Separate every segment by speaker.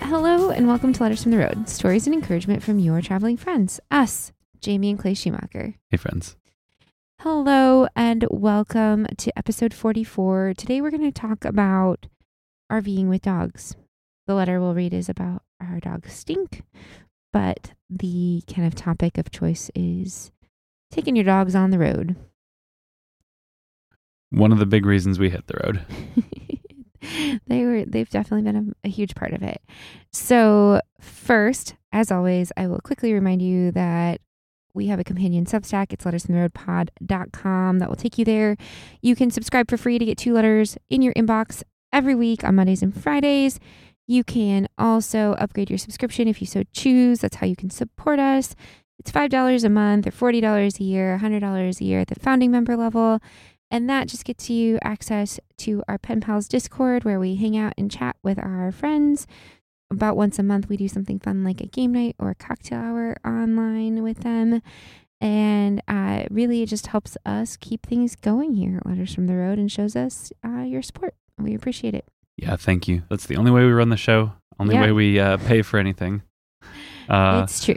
Speaker 1: Hello and welcome to Letters from the Road, stories and encouragement from your traveling friends, us, Jamie and Clay Schumacher.
Speaker 2: Hey, friends.
Speaker 1: Hello and welcome to episode 44. Today we're going to talk about RVing with dogs. The letter we'll read is about our dog Stink, but the kind of topic of choice is taking your dogs on the road.
Speaker 2: One of the big reasons we hit the road.
Speaker 1: they were they've definitely been a, a huge part of it. So first, as always, I will quickly remind you that we have a companion Substack. It's letters from the road pod.com that will take you there. You can subscribe for free to get two letters in your inbox every week on Mondays and Fridays. You can also upgrade your subscription if you so choose. That's how you can support us. It's $5 a month or $40 a year, $100 a year at the founding member level. And that just gets you access to our Pen Pals Discord where we hang out and chat with our friends. About once a month, we do something fun like a game night or a cocktail hour online with them. And uh, really, it just helps us keep things going here at Letters from the Road and shows us uh, your support. We appreciate it.
Speaker 2: Yeah, thank you. That's the only way we run the show, only
Speaker 1: Yeah.
Speaker 2: way we uh, pay for anything. Uh,
Speaker 1: it's true.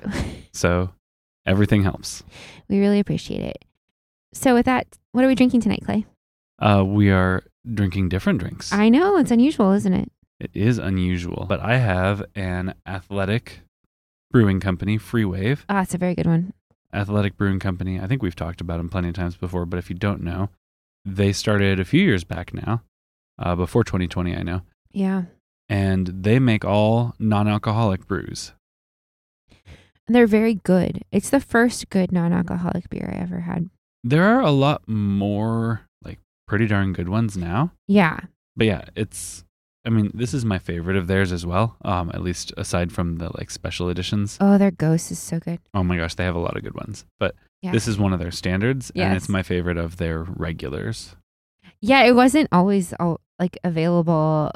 Speaker 2: so everything helps.
Speaker 1: We really appreciate it. So, with that, what are we drinking tonight, Clay?
Speaker 2: Uh, we are drinking different drinks.
Speaker 1: I know it's unusual, isn't it?
Speaker 2: it is unusual, but I have an athletic brewing company, Free Wave.
Speaker 1: Ah, it's a very good one.
Speaker 2: Athletic Brewing Company. I think we've talked about them plenty of times before, but if you don't know, they started a few years back now, uh, before 2020, I know,
Speaker 1: Yeah.
Speaker 2: and they make all non alcoholic brews.
Speaker 1: They're very good. It's the first good non alcoholic beer I ever had.
Speaker 2: There are a lot more, like, pretty darn good ones now.
Speaker 1: Yeah.
Speaker 2: But yeah, it's, I mean, this is my favorite of theirs as well, um, at least aside from the, like, special editions.
Speaker 1: Oh, their ghost is so good.
Speaker 2: Oh my gosh, they have a lot of good ones. But
Speaker 1: Yeah.
Speaker 2: this is one of their standards, and
Speaker 1: Yes.
Speaker 2: it's my favorite of their regulars.
Speaker 1: Yeah, it wasn't always all, like available.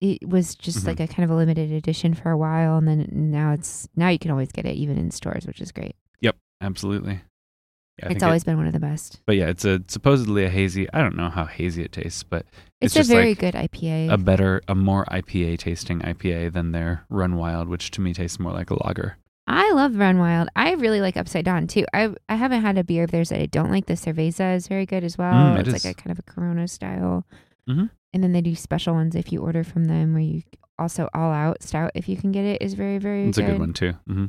Speaker 1: It was just
Speaker 2: Mhm.
Speaker 1: like a kind of a limited edition for a while, and then now it's now you can always get it even in stores, which is great.
Speaker 2: Absolutely. Yeah, I think
Speaker 1: it's
Speaker 2: it-
Speaker 1: always been one of the best.
Speaker 2: But yeah, it's a supposedly a hazy. I don't know how hazy it tastes, but
Speaker 1: It's,
Speaker 2: It's
Speaker 1: a
Speaker 2: just
Speaker 1: very
Speaker 2: like
Speaker 1: good IPA.
Speaker 2: a better, a more IPA tasting IPA than their Run Wild, which to me tastes more like a lager.
Speaker 1: I love Run Wild. I really like Upside Down too. I I haven't had a beer of theirs that I don't like. The Cerveza is very good as well.
Speaker 2: Mm,
Speaker 1: it's
Speaker 2: it
Speaker 1: like
Speaker 2: is.
Speaker 1: a kind of a Corona style.
Speaker 2: Mhm.
Speaker 1: And then they do special ones if you order from them, where you also all out stout if you can get it is very very
Speaker 2: It's a good one too. hmm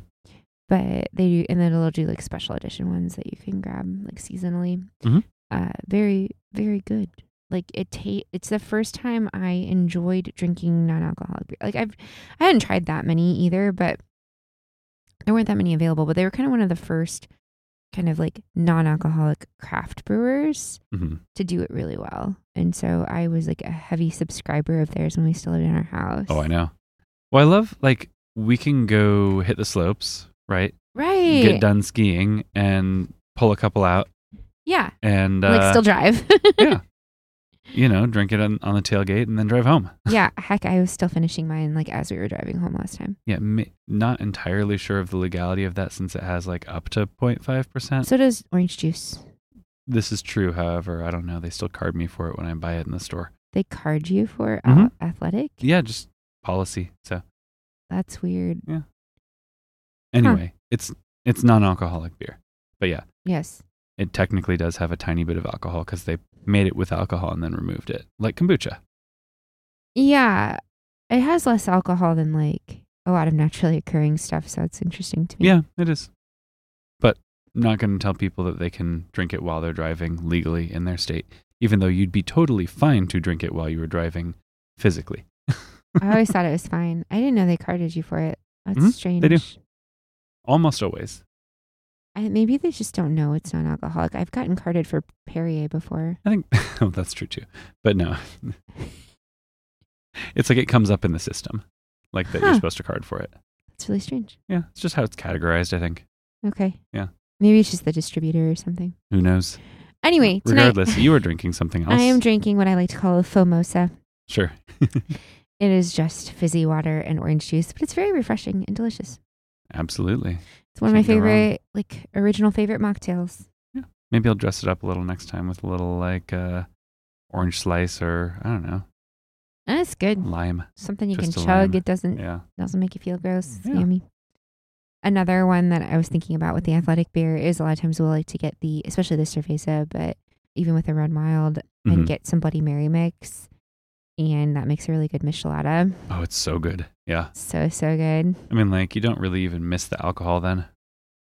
Speaker 1: But they do, and then they'll do like special edition ones that you can grab like seasonally.
Speaker 2: Mhm.
Speaker 1: Uh, very very good. Like it ta- it's the first time I enjoyed drinking non-alcoholic beer. Like I've I hadn't tried that many either, but there weren't that many available, but they were kind of one of the first kind of like non-alcoholic craft brewers
Speaker 2: hmm
Speaker 1: to do it really well. And so I was like a heavy subscriber of theirs when we still lived in our house.
Speaker 2: Oh, I know. Well, I love like we can go hit the slopes, right?
Speaker 1: Right.
Speaker 2: Get done skiing and pull a couple out,
Speaker 1: Yeah.
Speaker 2: and uh,
Speaker 1: Like still drive.
Speaker 2: yeah, you know, drink it on, on the tailgate and then drive home.
Speaker 1: yeah. Heck, I was still finishing mine like as we were driving home last time.
Speaker 2: Yeah, ma- not entirely sure of the legality of that since it has like up to 0.5 percent.
Speaker 1: So does orange juice.
Speaker 2: This is true, however, I don't know. They still card me for it when I buy it in the store.
Speaker 1: They card you for uh,
Speaker 2: Mhm.
Speaker 1: athletic.
Speaker 2: Yeah, just policy. So
Speaker 1: That's weird.
Speaker 2: anyway, it's it's non-alcoholic beer, but yeah,
Speaker 1: Yes.
Speaker 2: it technically does have a tiny bit of alcohol because they made it with alcohol and then removed it, like kombucha.
Speaker 1: Yeah. It has less alcohol than like a lot of naturally occurring stuff. So it's interesting to me.
Speaker 2: Yeah, it is. But I'm not going to tell people that they can drink it while they're driving legally in their state, even though you'd be totally fine to drink it while you were driving physically.
Speaker 1: I always thought it was fine. I didn't know they carded you for it. That's
Speaker 2: Mhm,
Speaker 1: strange.
Speaker 2: do. Almost always.
Speaker 1: I, maybe they just don't know it's non-alcoholic. I've gotten carded for Perrier before.
Speaker 2: I think oh, that's true too. But no, it's like it comes up in the system, like that
Speaker 1: Huh.
Speaker 2: you're supposed to card for it.
Speaker 1: It's really strange.
Speaker 2: Yeah, it's just how it's categorized. I think.
Speaker 1: Okay.
Speaker 2: Yeah.
Speaker 1: Maybe it's just the distributor or something.
Speaker 2: Who knows?
Speaker 1: Anyway, tonight,
Speaker 2: Regardless, you are drinking something else.
Speaker 1: I am drinking what I like to call a fomosa.
Speaker 2: sure.
Speaker 1: It is just fizzy water and orange juice, but it's very refreshing and delicious.
Speaker 2: Absolutely.
Speaker 1: It's one of my
Speaker 2: Can't go wrong.
Speaker 1: favorite, like original favorite mocktails.
Speaker 2: Maybe I'll dress it up a little next time with a little like uh, orange slice or I don't know
Speaker 1: That's good.
Speaker 2: Lime.
Speaker 1: Something you
Speaker 2: Just
Speaker 1: can
Speaker 2: a
Speaker 1: chug.
Speaker 2: lime.
Speaker 1: It doesn't
Speaker 2: Yeah.
Speaker 1: doesn't make you feel gross. It's
Speaker 2: Yeah.
Speaker 1: yummy. Another one that I was thinking about with the athletic beer is a lot of times we'll like to get the, especially the cerveza, but even with a red mild,
Speaker 2: Mhm.
Speaker 1: and get some Bloody Mary mix. And that makes a really good michelada.
Speaker 2: Oh, it's so good. Yeah.
Speaker 1: So, so good.
Speaker 2: I mean, like, you don't really even miss the alcohol then.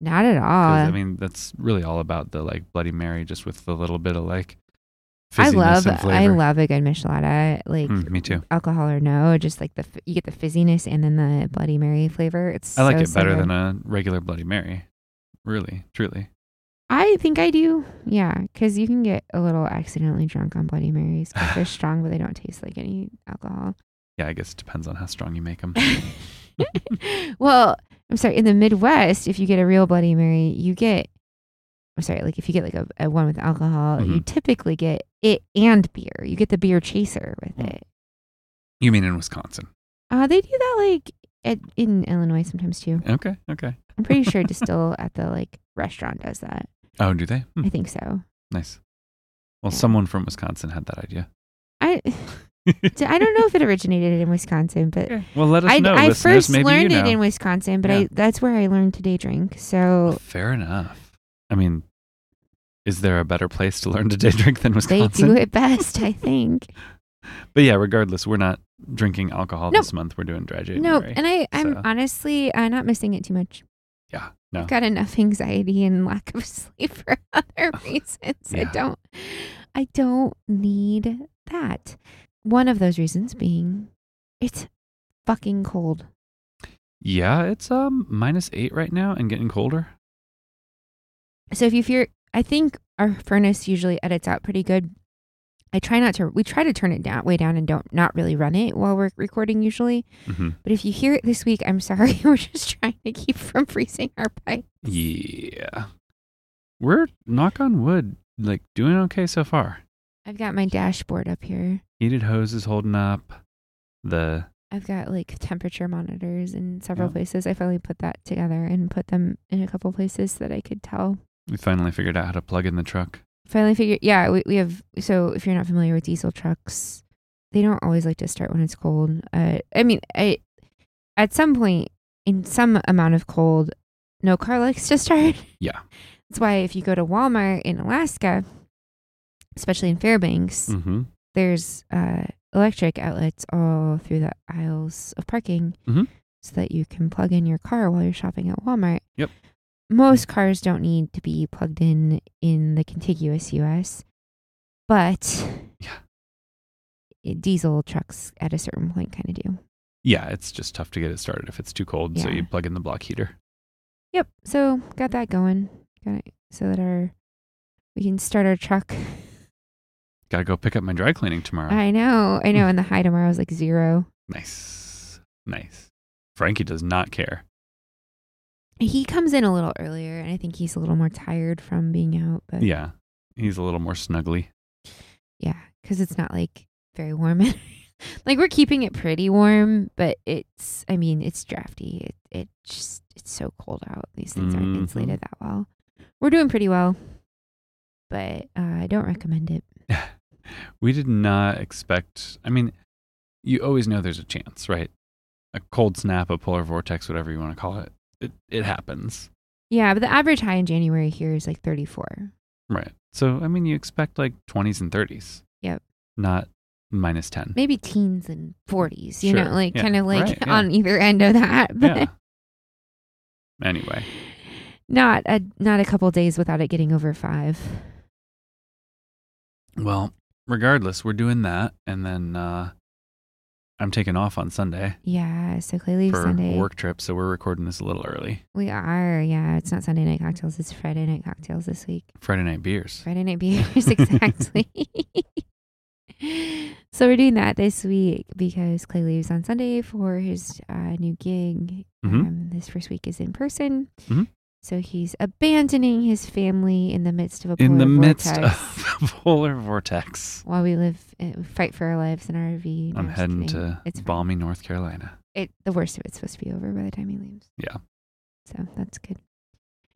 Speaker 1: Not at
Speaker 2: 'Cause,
Speaker 1: all.
Speaker 2: I mean, that's really all about the like Bloody Mary, just with the little bit of like
Speaker 1: I
Speaker 2: fizziness
Speaker 1: love
Speaker 2: and flavor.
Speaker 1: I love a good michelada, like
Speaker 2: Mm, me too.
Speaker 1: alcohol or no, just like the f- you get the fizziness and then the Bloody Mary flavor. It's
Speaker 2: I like
Speaker 1: so,
Speaker 2: it better
Speaker 1: so good.
Speaker 2: than a regular Bloody Mary. Really, truly.
Speaker 1: I think I do. Yeah, because you can get a little accidentally drunk on Bloody Marys. 'cause They're strong, but they don't taste like any alcohol.
Speaker 2: Yeah, I guess it depends on how strong you make them.
Speaker 1: well, I'm sorry. In the Midwest, if you get a real Bloody Mary, you get. I'm sorry. Like if you get like a, a one with alcohol,
Speaker 2: Mm-hmm.
Speaker 1: you typically get it and beer. You get the beer chaser with
Speaker 2: Mm.
Speaker 1: it.
Speaker 2: you mean in Wisconsin?
Speaker 1: Uh, they do that like at, in Illinois sometimes too.
Speaker 2: Okay, okay.
Speaker 1: I'm pretty sure Distill at the like restaurant does that.
Speaker 2: Oh, do they? Hmm,
Speaker 1: I think so.
Speaker 2: nice. Well,
Speaker 1: Yeah.
Speaker 2: someone from Wisconsin had that idea.
Speaker 1: I I don't know if it originated in Wisconsin, but
Speaker 2: Okay. Well, let us
Speaker 1: I,
Speaker 2: know.
Speaker 1: I
Speaker 2: listeners.
Speaker 1: first
Speaker 2: Maybe
Speaker 1: learned
Speaker 2: you know.
Speaker 1: it in Wisconsin, but
Speaker 2: Yeah.
Speaker 1: I that's where I learned to day drink. So
Speaker 2: Fair enough. I mean, is there a better place to learn to day drink than
Speaker 1: they
Speaker 2: Wisconsin?
Speaker 1: do it best, I think.
Speaker 2: But yeah, regardless, we're not drinking alcohol
Speaker 1: No.
Speaker 2: this month. We're doing dry January.
Speaker 1: no, and I I'm
Speaker 2: so-
Speaker 1: honestly uh, not missing it too much.
Speaker 2: yeah, no.
Speaker 1: I've got enough anxiety and lack of sleep for other reasons.
Speaker 2: Yeah.
Speaker 1: I don't I don't need that. One of those reasons being it's fucking cold.
Speaker 2: Yeah, it's um minus eight right now and getting colder.
Speaker 1: So if you fear, I think our furnace usually edits out pretty good. I try not to. We try to turn it down way down and don't not really run it while we're recording usually.
Speaker 2: Mm-hmm.
Speaker 1: But if you hear it this week, I'm sorry. We're just trying to keep from freezing our pipe.
Speaker 2: Yeah, we're knock on wood, like doing okay so far.
Speaker 1: I've got my dashboard up here.
Speaker 2: Heated hose is holding up. The
Speaker 1: I've got like temperature monitors in several
Speaker 2: Yeah.
Speaker 1: places. I finally put that together and put them in a couple places so that I could tell
Speaker 2: we finally figured out how to plug in the truck.
Speaker 1: finally figured yeah we, we have so if you're not familiar with diesel trucks they don't always like to start when it's cold uh, i mean I, at some point in some amount of cold no car likes to start
Speaker 2: Yeah.
Speaker 1: that's why if you go to walmart in alaska especially in fairbanks
Speaker 2: Mm-hmm.
Speaker 1: there's uh, electric outlets all through the aisles of parking
Speaker 2: Mhm.
Speaker 1: so that you can plug in your car while you're shopping at Walmart.
Speaker 2: Yep.
Speaker 1: Most cars don't need to be plugged in in the contiguous US, but
Speaker 2: Yeah.
Speaker 1: i- diesel trucks at a certain point kind of do.
Speaker 2: Yeah, it's just tough to get it started if it's too cold. So
Speaker 1: Yeah.
Speaker 2: you plug in the block heater.
Speaker 1: Yep. So got that going. Got it so that our we can start our truck.
Speaker 2: Gotta go pick up my dry cleaning tomorrow.
Speaker 1: I know, I know.
Speaker 2: Hmm.
Speaker 1: And the high tomorrow is like zero.
Speaker 2: Nice, nice. Frankie does not care.
Speaker 1: He comes in a little earlier, and I think he's a little more tired from being out. But
Speaker 2: Yeah, he's a little more snuggly.
Speaker 1: Yeah, because it's not like very warm. like we're keeping it pretty warm, but it's I mean it's drafty. It it just it's so cold out. These things aren't
Speaker 2: Mhm.
Speaker 1: insulated that well. We're doing pretty well, but uh, I don't recommend it.
Speaker 2: We did not expect. I mean, you always know there's a chance, right? A cold snap, a polar vortex, whatever you want to call it. It it happens,
Speaker 1: Yeah, but the average high in January here is like 34.
Speaker 2: right? So I mean, you expect like 20s and 30s.
Speaker 1: Yep.
Speaker 2: Not minus 10.
Speaker 1: Maybe teens and 40s, you
Speaker 2: Sure,
Speaker 1: know, like
Speaker 2: yeah,
Speaker 1: kind of like
Speaker 2: right, yeah.
Speaker 1: on either end of that. But
Speaker 2: Yeah. anyway,
Speaker 1: not a not a couple days without it getting over 5.
Speaker 2: well, regardless, we're doing that, and then uh, I'm taking off on Sunday
Speaker 1: Yeah, so Clay leaves
Speaker 2: for
Speaker 1: Sunday.
Speaker 2: a work trip, so we're recording this a little early.
Speaker 1: We are, yeah. It's not Sunday night cocktails. It's Friday night cocktails this week.
Speaker 2: Friday night beers.
Speaker 1: Friday night beers, exactly. so we're doing that this week because Clay leaves on Sunday for his uh, new gig.
Speaker 2: Mhm.
Speaker 1: Um, this first week is in person.
Speaker 2: Mhm.
Speaker 1: So he's abandoning his family in the midst of a
Speaker 2: In
Speaker 1: polar
Speaker 2: the midst
Speaker 1: vortex
Speaker 2: of the polar vortex,
Speaker 1: while we live, uh, fight for our lives in our RV. No,
Speaker 2: I'm
Speaker 1: just
Speaker 2: heading
Speaker 1: kidding.
Speaker 2: to
Speaker 1: It's fine.
Speaker 2: balmy North Carolina.
Speaker 1: it the worst of it's supposed to be over by the time he leaves.
Speaker 2: Yeah.
Speaker 1: So that's good.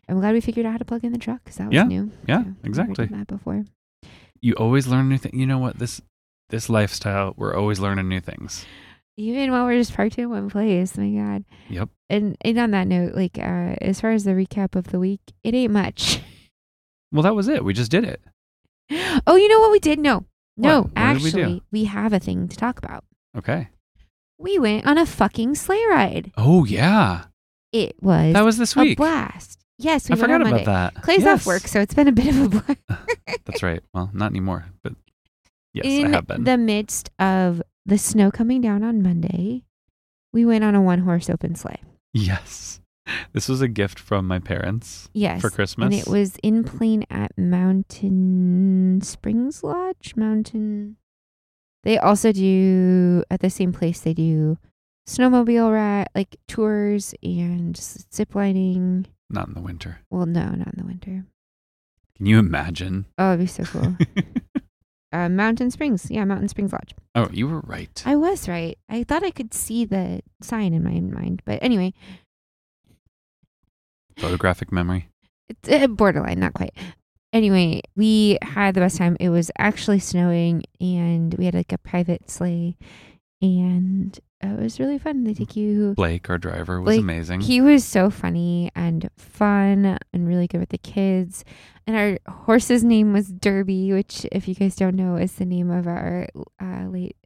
Speaker 1: I'm glad we figured out how to plug in the truck because that was
Speaker 2: Yeah,
Speaker 1: new.
Speaker 2: yeah,
Speaker 1: So, never
Speaker 2: exactly.
Speaker 1: done that before.
Speaker 2: you always learn new things. You know what? This this lifestyle, we're always learning new things.
Speaker 1: even while we're just parked in one place. My God.
Speaker 2: Yep.
Speaker 1: And and on that note, like uh, as far as the recap of the week, it ain't much.
Speaker 2: Well, that was it. We just did it.
Speaker 1: Oh, you know what we did? No, no.
Speaker 2: What? What did we do?
Speaker 1: actually, we, have a thing to talk about.
Speaker 2: Okay.
Speaker 1: We went on a fucking sleigh ride.
Speaker 2: Oh yeah,
Speaker 1: It was,
Speaker 2: that was this
Speaker 1: a
Speaker 2: week.
Speaker 1: blast. Yes, we
Speaker 2: I
Speaker 1: went
Speaker 2: forgot
Speaker 1: on
Speaker 2: about
Speaker 1: Monday.
Speaker 2: that.
Speaker 1: Clay's
Speaker 2: Yes.
Speaker 1: off work, so it's been a bit of a blast.
Speaker 2: That's right. Well, not anymore, but yes,
Speaker 1: in
Speaker 2: I have been.
Speaker 1: the midst of the snow coming down on Monday, we went on a one horse open sleigh.
Speaker 2: yes, this was a gift from my parents
Speaker 1: Yes.
Speaker 2: for Christmas.
Speaker 1: and it was in Plain at Mountain Springs Lodge. Mountain. They also do at the same place. They do snowmobile rat like tours and s- zip lining.
Speaker 2: not in the winter.
Speaker 1: Well, no, not in the winter.
Speaker 2: Can you imagine?
Speaker 1: Oh, it'd be so cool. uh, Mountain Springs, yeah, Mountain Springs Lodge.
Speaker 2: oh, you were right.
Speaker 1: I was right. I thought I could see the sign in my mind, but anyway,
Speaker 2: Photographic memory.
Speaker 1: it's uh, borderline, not quite. Anyway, we had the best time. It was actually snowing, and we had like a private sleigh, and uh, it was really fun. They take you.
Speaker 2: Blake, our driver, was
Speaker 1: Blake,
Speaker 2: amazing.
Speaker 1: He was so funny and fun and really good with the kids. And our horse's name was Derby, which, if you guys don't know, is the name of our uh, late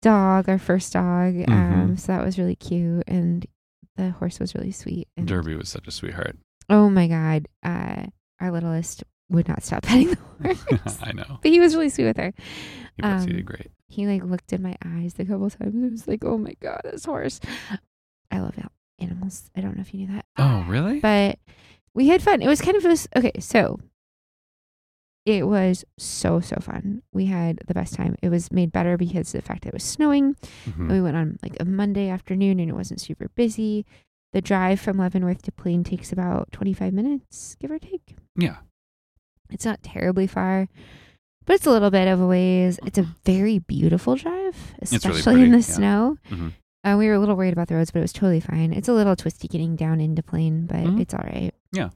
Speaker 1: dog, our first dog. Um, so that was really cute, and the horse was really sweet. And
Speaker 2: Derby was such a sweetheart.
Speaker 1: Oh my God. Uh, our littlest would not stop petting the horse.
Speaker 2: I know.
Speaker 1: but he was really sweet with her.
Speaker 2: He was he
Speaker 1: Um,
Speaker 2: did great.
Speaker 1: He like looked in my eyes a couple times. It was like, oh my God, this horse. I love al- animals. I don't know if you knew that.
Speaker 2: Oh, really?
Speaker 1: But we had fun. It was kind of just, okay, so it was so, so fun. We had the best time. It was made better because of the fact that it was snowing.
Speaker 2: Mhm.
Speaker 1: We went on like a Monday afternoon and it wasn't super busy. The drive from Leavenworth to Plain takes about 25 minutes, give or take.
Speaker 2: Yeah.
Speaker 1: It's not terribly far, but it's a little bit of a ways. It's a very beautiful drive,
Speaker 2: Mm-hmm. really
Speaker 1: especially
Speaker 2: pretty,
Speaker 1: in the
Speaker 2: yeah.
Speaker 1: snow.
Speaker 2: Mhm.
Speaker 1: Uh, we were a little worried about the roads, but it was totally fine. It's a little twisty getting down into Plain, but
Speaker 2: Mhm.
Speaker 1: it's all right.
Speaker 2: Yeah.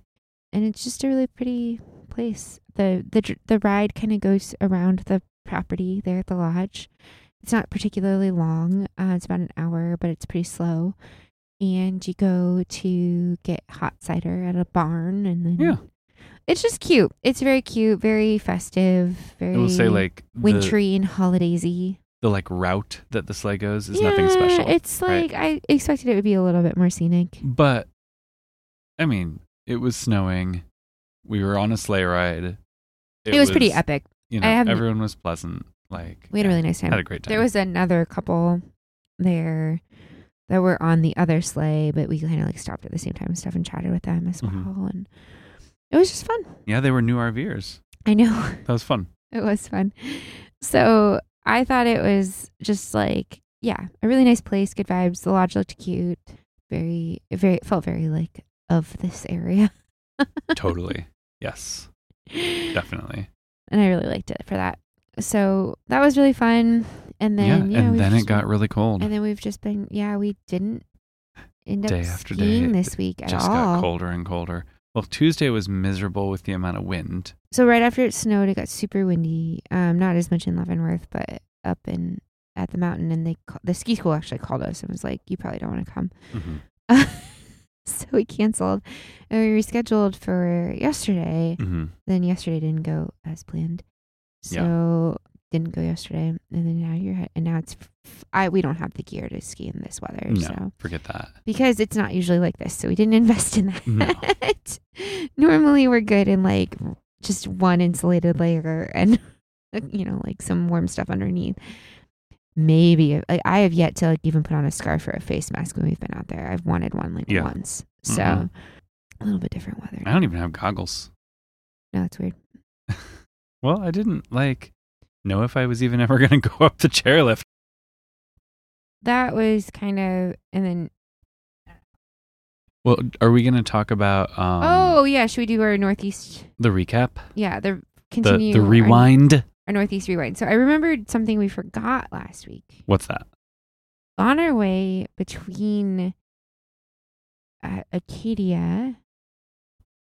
Speaker 1: And it's just a really pretty place. The the dr- the ride kind of goes around the property there at the lodge. It's not particularly long. Uh, it's about an hour, but it's pretty slow. And you go to get hot cider at a barn, and then
Speaker 2: Yeah.
Speaker 1: it's just cute. It's very cute, very festive, very
Speaker 2: I will say, like the-
Speaker 1: wintry and holidayzy.
Speaker 2: the like route that the sleigh goes is nothing special.
Speaker 1: It's
Speaker 2: right?
Speaker 1: like I expected it would be a little bit more scenic.
Speaker 2: But I mean, it was snowing. We were on a sleigh ride.
Speaker 1: It, was, pretty epic.
Speaker 2: You know,
Speaker 1: I haven't-
Speaker 2: everyone was pleasant. Like
Speaker 1: We had a
Speaker 2: yeah,
Speaker 1: really nice time.
Speaker 2: had a great time.
Speaker 1: There was another couple there that were on the other sleigh, but we kind of like stopped at the same time and stuff and chatted with them as well,
Speaker 2: Mhm.
Speaker 1: and it was just fun.
Speaker 2: yeah, they were new RVers.
Speaker 1: I know.
Speaker 2: That was fun.
Speaker 1: It was fun. So I thought it was just like, yeah, a really nice place, good vibes. The lodge looked cute. Very, very, it felt very like of this area.
Speaker 2: totally. Yes, definitely.
Speaker 1: And I really liked it for that. So that was really fun. And then,
Speaker 2: yeah,
Speaker 1: yeah,
Speaker 2: and
Speaker 1: we've
Speaker 2: then it
Speaker 1: just-
Speaker 2: got really cold.
Speaker 1: and then we've just been, yeah, we didn't end up
Speaker 2: Day after day,
Speaker 1: skiing
Speaker 2: it
Speaker 1: this week at
Speaker 2: Just
Speaker 1: all.
Speaker 2: got colder and colder. Well, Tuesday was miserable with the amount of wind.
Speaker 1: So right after it snowed, it got super windy. Um, not as much in Leavenworth, but up in at the mountain, and they ca- the ski school actually called us and was like, "You probably don't want to come."
Speaker 2: Mhm.
Speaker 1: so we canceled and we rescheduled for yesterday.
Speaker 2: Mhm.
Speaker 1: Then yesterday didn't go as planned.
Speaker 2: Yeah.
Speaker 1: So didn't go yesterday. And then now you're, he- and now it's, f- I, we don't have the gear to ski in this weather.
Speaker 2: No.
Speaker 1: So
Speaker 2: Forget that.
Speaker 1: because it's not usually like this. So we didn't invest in that.
Speaker 2: No.
Speaker 1: Normally we're good in like just one insulated layer and, you know, like some warm stuff underneath. Maybe like I have yet to like even put on a scarf or a face mask when we've been out there. I've wanted one like
Speaker 2: Yeah.
Speaker 1: once. So
Speaker 2: Mhm.
Speaker 1: a little bit different weather.
Speaker 2: I don't even have goggles.
Speaker 1: No, it's weird.
Speaker 2: Well, I didn't like know if I was even ever going to go up the chairlift.
Speaker 1: That was kind of and then
Speaker 2: Well, are we going to talk about um,
Speaker 1: oh yeah, should we do our northeast?
Speaker 2: the recap,
Speaker 1: Yeah, the
Speaker 2: the,
Speaker 1: continue
Speaker 2: the
Speaker 1: our-
Speaker 2: rewind?
Speaker 1: our northeast rewind. So I remembered something we forgot last week.
Speaker 2: What's that?
Speaker 1: on our way between uh, Acadia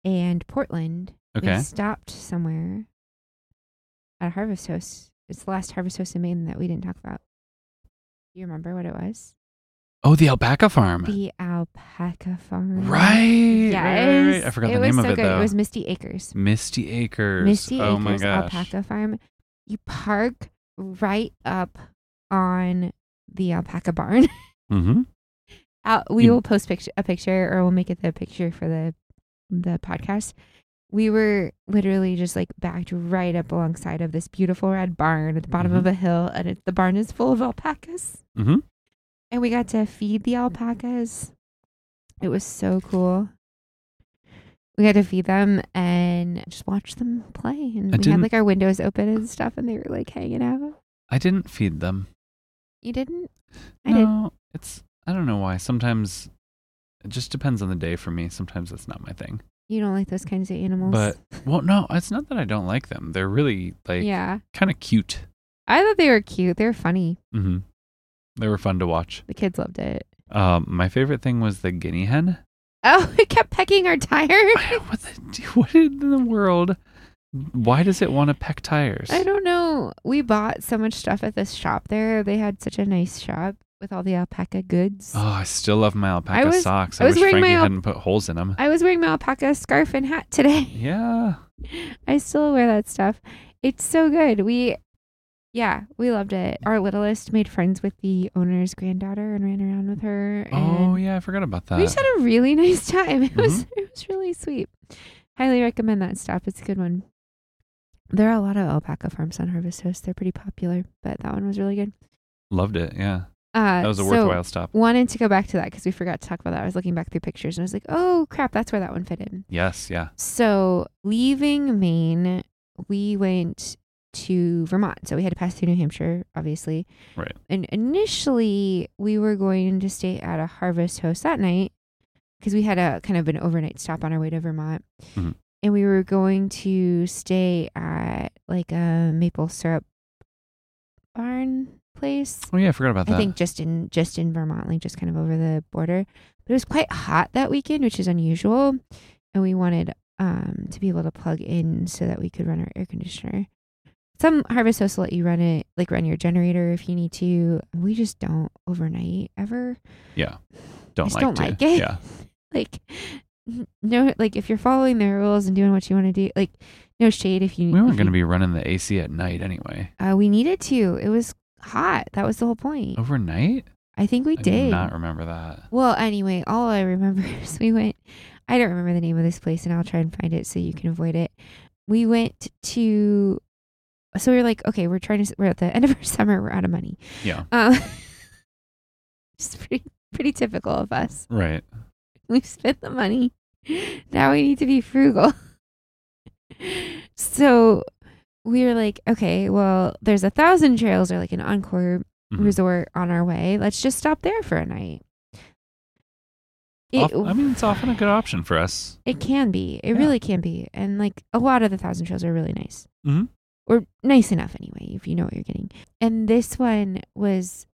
Speaker 1: and Portland,
Speaker 2: Okay.
Speaker 1: we stopped somewhere at a harvest house It's the last harvest host in Maine that we didn't talk about. Do you remember what it was?
Speaker 2: Oh, the alpaca farm.
Speaker 1: The alpaca farm.
Speaker 2: right.
Speaker 1: Yes.
Speaker 2: Right, right, right. I forgot
Speaker 1: it
Speaker 2: the
Speaker 1: was
Speaker 2: name
Speaker 1: so
Speaker 2: of it
Speaker 1: good.
Speaker 2: though.
Speaker 1: It was Misty Acres.
Speaker 2: Misty Acres.
Speaker 1: Misty
Speaker 2: oh
Speaker 1: Acres
Speaker 2: my gosh.
Speaker 1: Alpaca Farm. You park right up on the alpaca barn.
Speaker 2: Mm-hmm.
Speaker 1: Uh, we
Speaker 2: You-
Speaker 1: will post picture, a picture, or we'll make it the picture for the the podcast. We were literally just like backed right up alongside of this beautiful red barn at the bottom
Speaker 2: Mhm.
Speaker 1: of a hill, and it, the barn is full of alpacas.
Speaker 2: Mhm.
Speaker 1: And we got to feed the alpacas. It was so cool. We got to feed them and just watch them play, and
Speaker 2: I
Speaker 1: we had
Speaker 2: didn't-
Speaker 1: like our windows open and stuff, and they were like hanging out.
Speaker 2: I didn't feed them.
Speaker 1: You didn't? I did.
Speaker 2: no, it's I don't know why. Sometimes it just depends on the day for me. Sometimes that's not my thing.
Speaker 1: You don't like those kinds of animals,
Speaker 2: But well, no, it's not that I don't like them. They're really like
Speaker 1: yeah.
Speaker 2: kind of cute.
Speaker 1: I thought they were cute. They were funny.
Speaker 2: Mm-hmm. They were fun to watch.
Speaker 1: The kids loved it.
Speaker 2: Um, my favorite thing was the guinea hen.
Speaker 1: Oh, it kept pecking our tire.
Speaker 2: I- what, the, what in the world? Why does it want to peck tires?
Speaker 1: I don't know. We bought so much stuff at this shop there. They had such a nice shop with all the alpaca goods.
Speaker 2: Oh, I still love my alpaca
Speaker 1: was-
Speaker 2: socks.
Speaker 1: I
Speaker 2: I,
Speaker 1: was
Speaker 2: wish
Speaker 1: wearing my
Speaker 2: Frankie
Speaker 1: al-
Speaker 2: hadn't put holes in them.
Speaker 1: I was wearing my alpaca scarf and hat today.
Speaker 2: Yeah.
Speaker 1: I still wear that stuff. It's so good. We, yeah, we loved it. Our littlest made friends with the owner's granddaughter and ran around with her.
Speaker 2: Oh,
Speaker 1: and
Speaker 2: yeah. I forgot about that.
Speaker 1: We just had a really nice time. It was
Speaker 2: mm-hmm.
Speaker 1: it was really sweet. Highly recommend that stop. It's a good one. There are a lot of alpaca farms on Harvest Host. They're pretty popular, but that one was really good.
Speaker 2: Loved it. Yeah.
Speaker 1: Uh,
Speaker 2: That was a
Speaker 1: so
Speaker 2: worthwhile stop.
Speaker 1: Wanted to go back to that because we forgot to talk about that. I was looking back through pictures and I was like, oh crap, that's where that one fit in.
Speaker 2: Yes. Yeah.
Speaker 1: So leaving Maine, we went to Vermont. So we had to pass through New Hampshire, obviously.
Speaker 2: Right.
Speaker 1: And initially, we were going to stay at a Harvest Host that night because we had a kind of an overnight stop on our way to Vermont.
Speaker 2: Mhm.
Speaker 1: And we were going to stay at like a maple syrup barn place.
Speaker 2: Oh, yeah. I forgot about that.
Speaker 1: I think just in just in Vermont, like just kind of over the border. But it was quite hot that weekend, which is unusual, and we wanted um to be able to plug in so that we could run our air conditioner. Some harvest hosts will let you run it, like run your generator if you need to. We just don't overnight ever.
Speaker 2: yeah.
Speaker 1: I
Speaker 2: Don't
Speaker 1: just
Speaker 2: like
Speaker 1: don't
Speaker 2: to.
Speaker 1: like it.
Speaker 2: Yeah.
Speaker 1: Like n- no, like if you're following the rules and doing what you want to do, like no shade if you.
Speaker 2: We weren't
Speaker 1: if
Speaker 2: going to
Speaker 1: you-
Speaker 2: be running the AC at night anyway.
Speaker 1: Uh, we needed to. It was hot. That was the whole point.
Speaker 2: Overnight?
Speaker 1: I think we
Speaker 2: Oh, I
Speaker 1: did.
Speaker 2: do not remember that.
Speaker 1: Well, anyway, all I remember is we went. I don't remember the name of this place, and I'll try and find it so you can avoid it. We went to. So we were like, okay, we're trying to. We're at the end of our summer. We're out of money.
Speaker 2: Yeah.
Speaker 1: Um, it's pretty pretty typical of us.
Speaker 2: Right.
Speaker 1: We've spent the money. Now we need to be frugal. so we were like, okay, well, there's a thousand trails or like an encore
Speaker 2: Mhm.
Speaker 1: resort on our way. Let's just stop there for a night. It,
Speaker 2: Off- I mean, it's often a good option for us.
Speaker 1: it can be. It
Speaker 2: Yeah.
Speaker 1: really can be. And like a lot of the Thousand Trails are really nice.
Speaker 2: Mhm.
Speaker 1: Or nice enough anyway, if you know what you're getting. And this one was,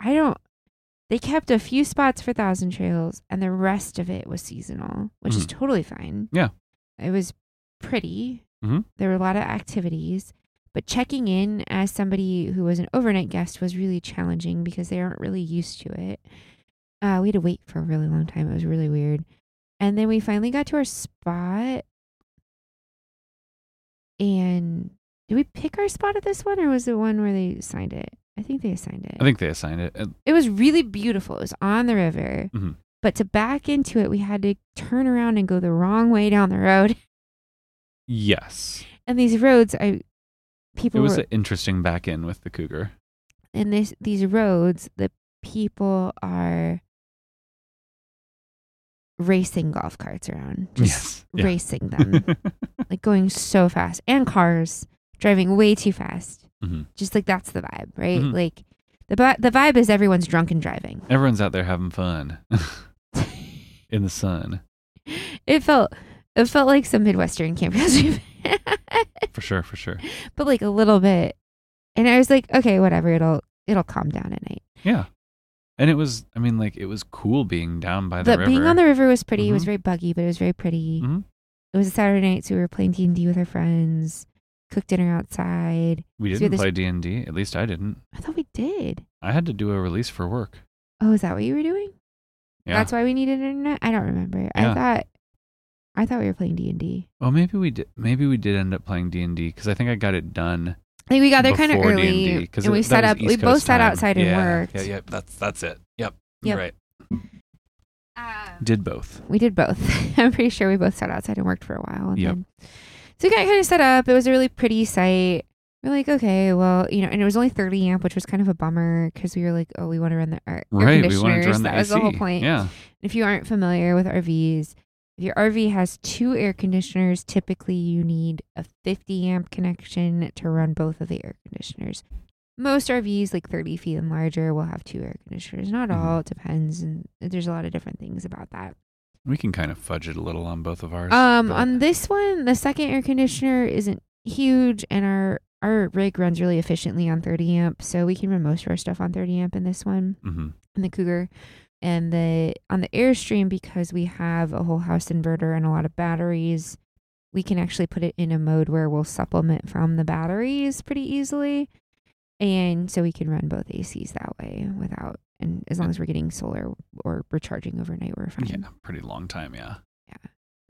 Speaker 1: I don't, they kept a few spots for Thousand Trails and the rest of it was seasonal, which is totally fine.
Speaker 2: Mm-hmm. Yeah.
Speaker 1: It was pretty.
Speaker 2: Mhm.
Speaker 1: There were a lot of activities. But checking in as somebody who was an overnight guest was really challenging because they aren't really used to it. Uh, we had to wait for a really long time. It was really weird. And then we finally got to our spot. And did we pick our spot at this one or was it one where they signed it? I think they assigned it.
Speaker 2: I think they assigned it. Uh,
Speaker 1: it was really beautiful. It was on the river.
Speaker 2: Mhm.
Speaker 1: But to back into it, we had to turn around and go the wrong way down the road.
Speaker 2: Yes.
Speaker 1: And these roads, I
Speaker 2: It
Speaker 1: people
Speaker 2: was
Speaker 1: were,
Speaker 2: an interesting back in with the cougar.
Speaker 1: and this these roads, the people are racing golf carts around, just
Speaker 2: yes. Yeah.
Speaker 1: racing them. like going so fast and cars driving way too fast
Speaker 2: Mhm.
Speaker 1: just like that's the vibe right
Speaker 2: Mhm.
Speaker 1: like the vi- the vibe is everyone's drunk and driving
Speaker 2: Everyone's out there having fun in the sun,
Speaker 1: it felt it felt like some midwestern campgrounds we've had,
Speaker 2: for sure, for sure.
Speaker 1: but like a little bit and i was like okay whatever it'll it'll calm down at night
Speaker 2: Yeah. And it was, I mean, like it was cool being down by the
Speaker 1: but
Speaker 2: river.
Speaker 1: being on the river was pretty it was
Speaker 2: Mhm.
Speaker 1: very buggy but it was very pretty
Speaker 2: Mhm.
Speaker 1: it was a saturday night so we were playing d&d with our friends cook dinner outside.
Speaker 2: We
Speaker 1: So
Speaker 2: didn't
Speaker 1: this-
Speaker 2: play D and D. At least I didn't.
Speaker 1: I thought we did.
Speaker 2: I had to do a release for work.
Speaker 1: Oh, is that what you were doing?
Speaker 2: Yeah.
Speaker 1: That's why we needed internet. I don't remember. I
Speaker 2: Yeah.
Speaker 1: thought, I thought we were playing D and D.
Speaker 2: oh, maybe we did. Maybe we did end up playing D and D because I think I got it done.
Speaker 1: I think we got there kind of
Speaker 2: before
Speaker 1: early,
Speaker 2: D&D, 'cause
Speaker 1: and
Speaker 2: it-
Speaker 1: we
Speaker 2: that
Speaker 1: set
Speaker 2: was
Speaker 1: up. we
Speaker 2: East
Speaker 1: both
Speaker 2: Coast
Speaker 1: sat
Speaker 2: time.
Speaker 1: outside and
Speaker 2: Yeah,
Speaker 1: worked.
Speaker 2: Yeah, yeah. That's that's it. Yep.
Speaker 1: Yep.
Speaker 2: Right.
Speaker 1: Um,
Speaker 2: Did both.
Speaker 1: we did both. I'm pretty sure we both sat outside and worked for a while. And
Speaker 2: Yep.
Speaker 1: then, so we got kind of set up. It was a really pretty site. We're like, okay, well, you know, and it was only 30 amp, which was kind of a bummer because we were like, oh, we want to run the air, air
Speaker 2: Right. We
Speaker 1: conditioners.
Speaker 2: wanted to run the
Speaker 1: that was the whole
Speaker 2: AC.
Speaker 1: point.
Speaker 2: Yeah.
Speaker 1: If you aren't familiar with RVs, if your RV has two air conditioners, typically you need a 50 amp connection to run both of the air conditioners. Most RVs, like 30 feet and larger, will have two air conditioners. Not
Speaker 2: Mhm.
Speaker 1: all, it depends. And there's a lot of different things about that.
Speaker 2: We can kind of fudge it a little on both of ours.
Speaker 1: Um,
Speaker 2: but-
Speaker 1: on this one, the second air conditioner isn't huge, and our our rig runs really efficiently on 30 amp, so we can run most of our stuff on 30 amp in this one,
Speaker 2: Mhm.
Speaker 1: in the Cougar, and the on the Airstream because we have a whole house inverter and a lot of batteries. We can actually put it in a mode where we'll supplement from the batteries pretty easily, and so we can run both ACs that way without. And as long as we're getting solar or recharging overnight, we're fine.
Speaker 2: Yeah. Pretty long time. Yeah.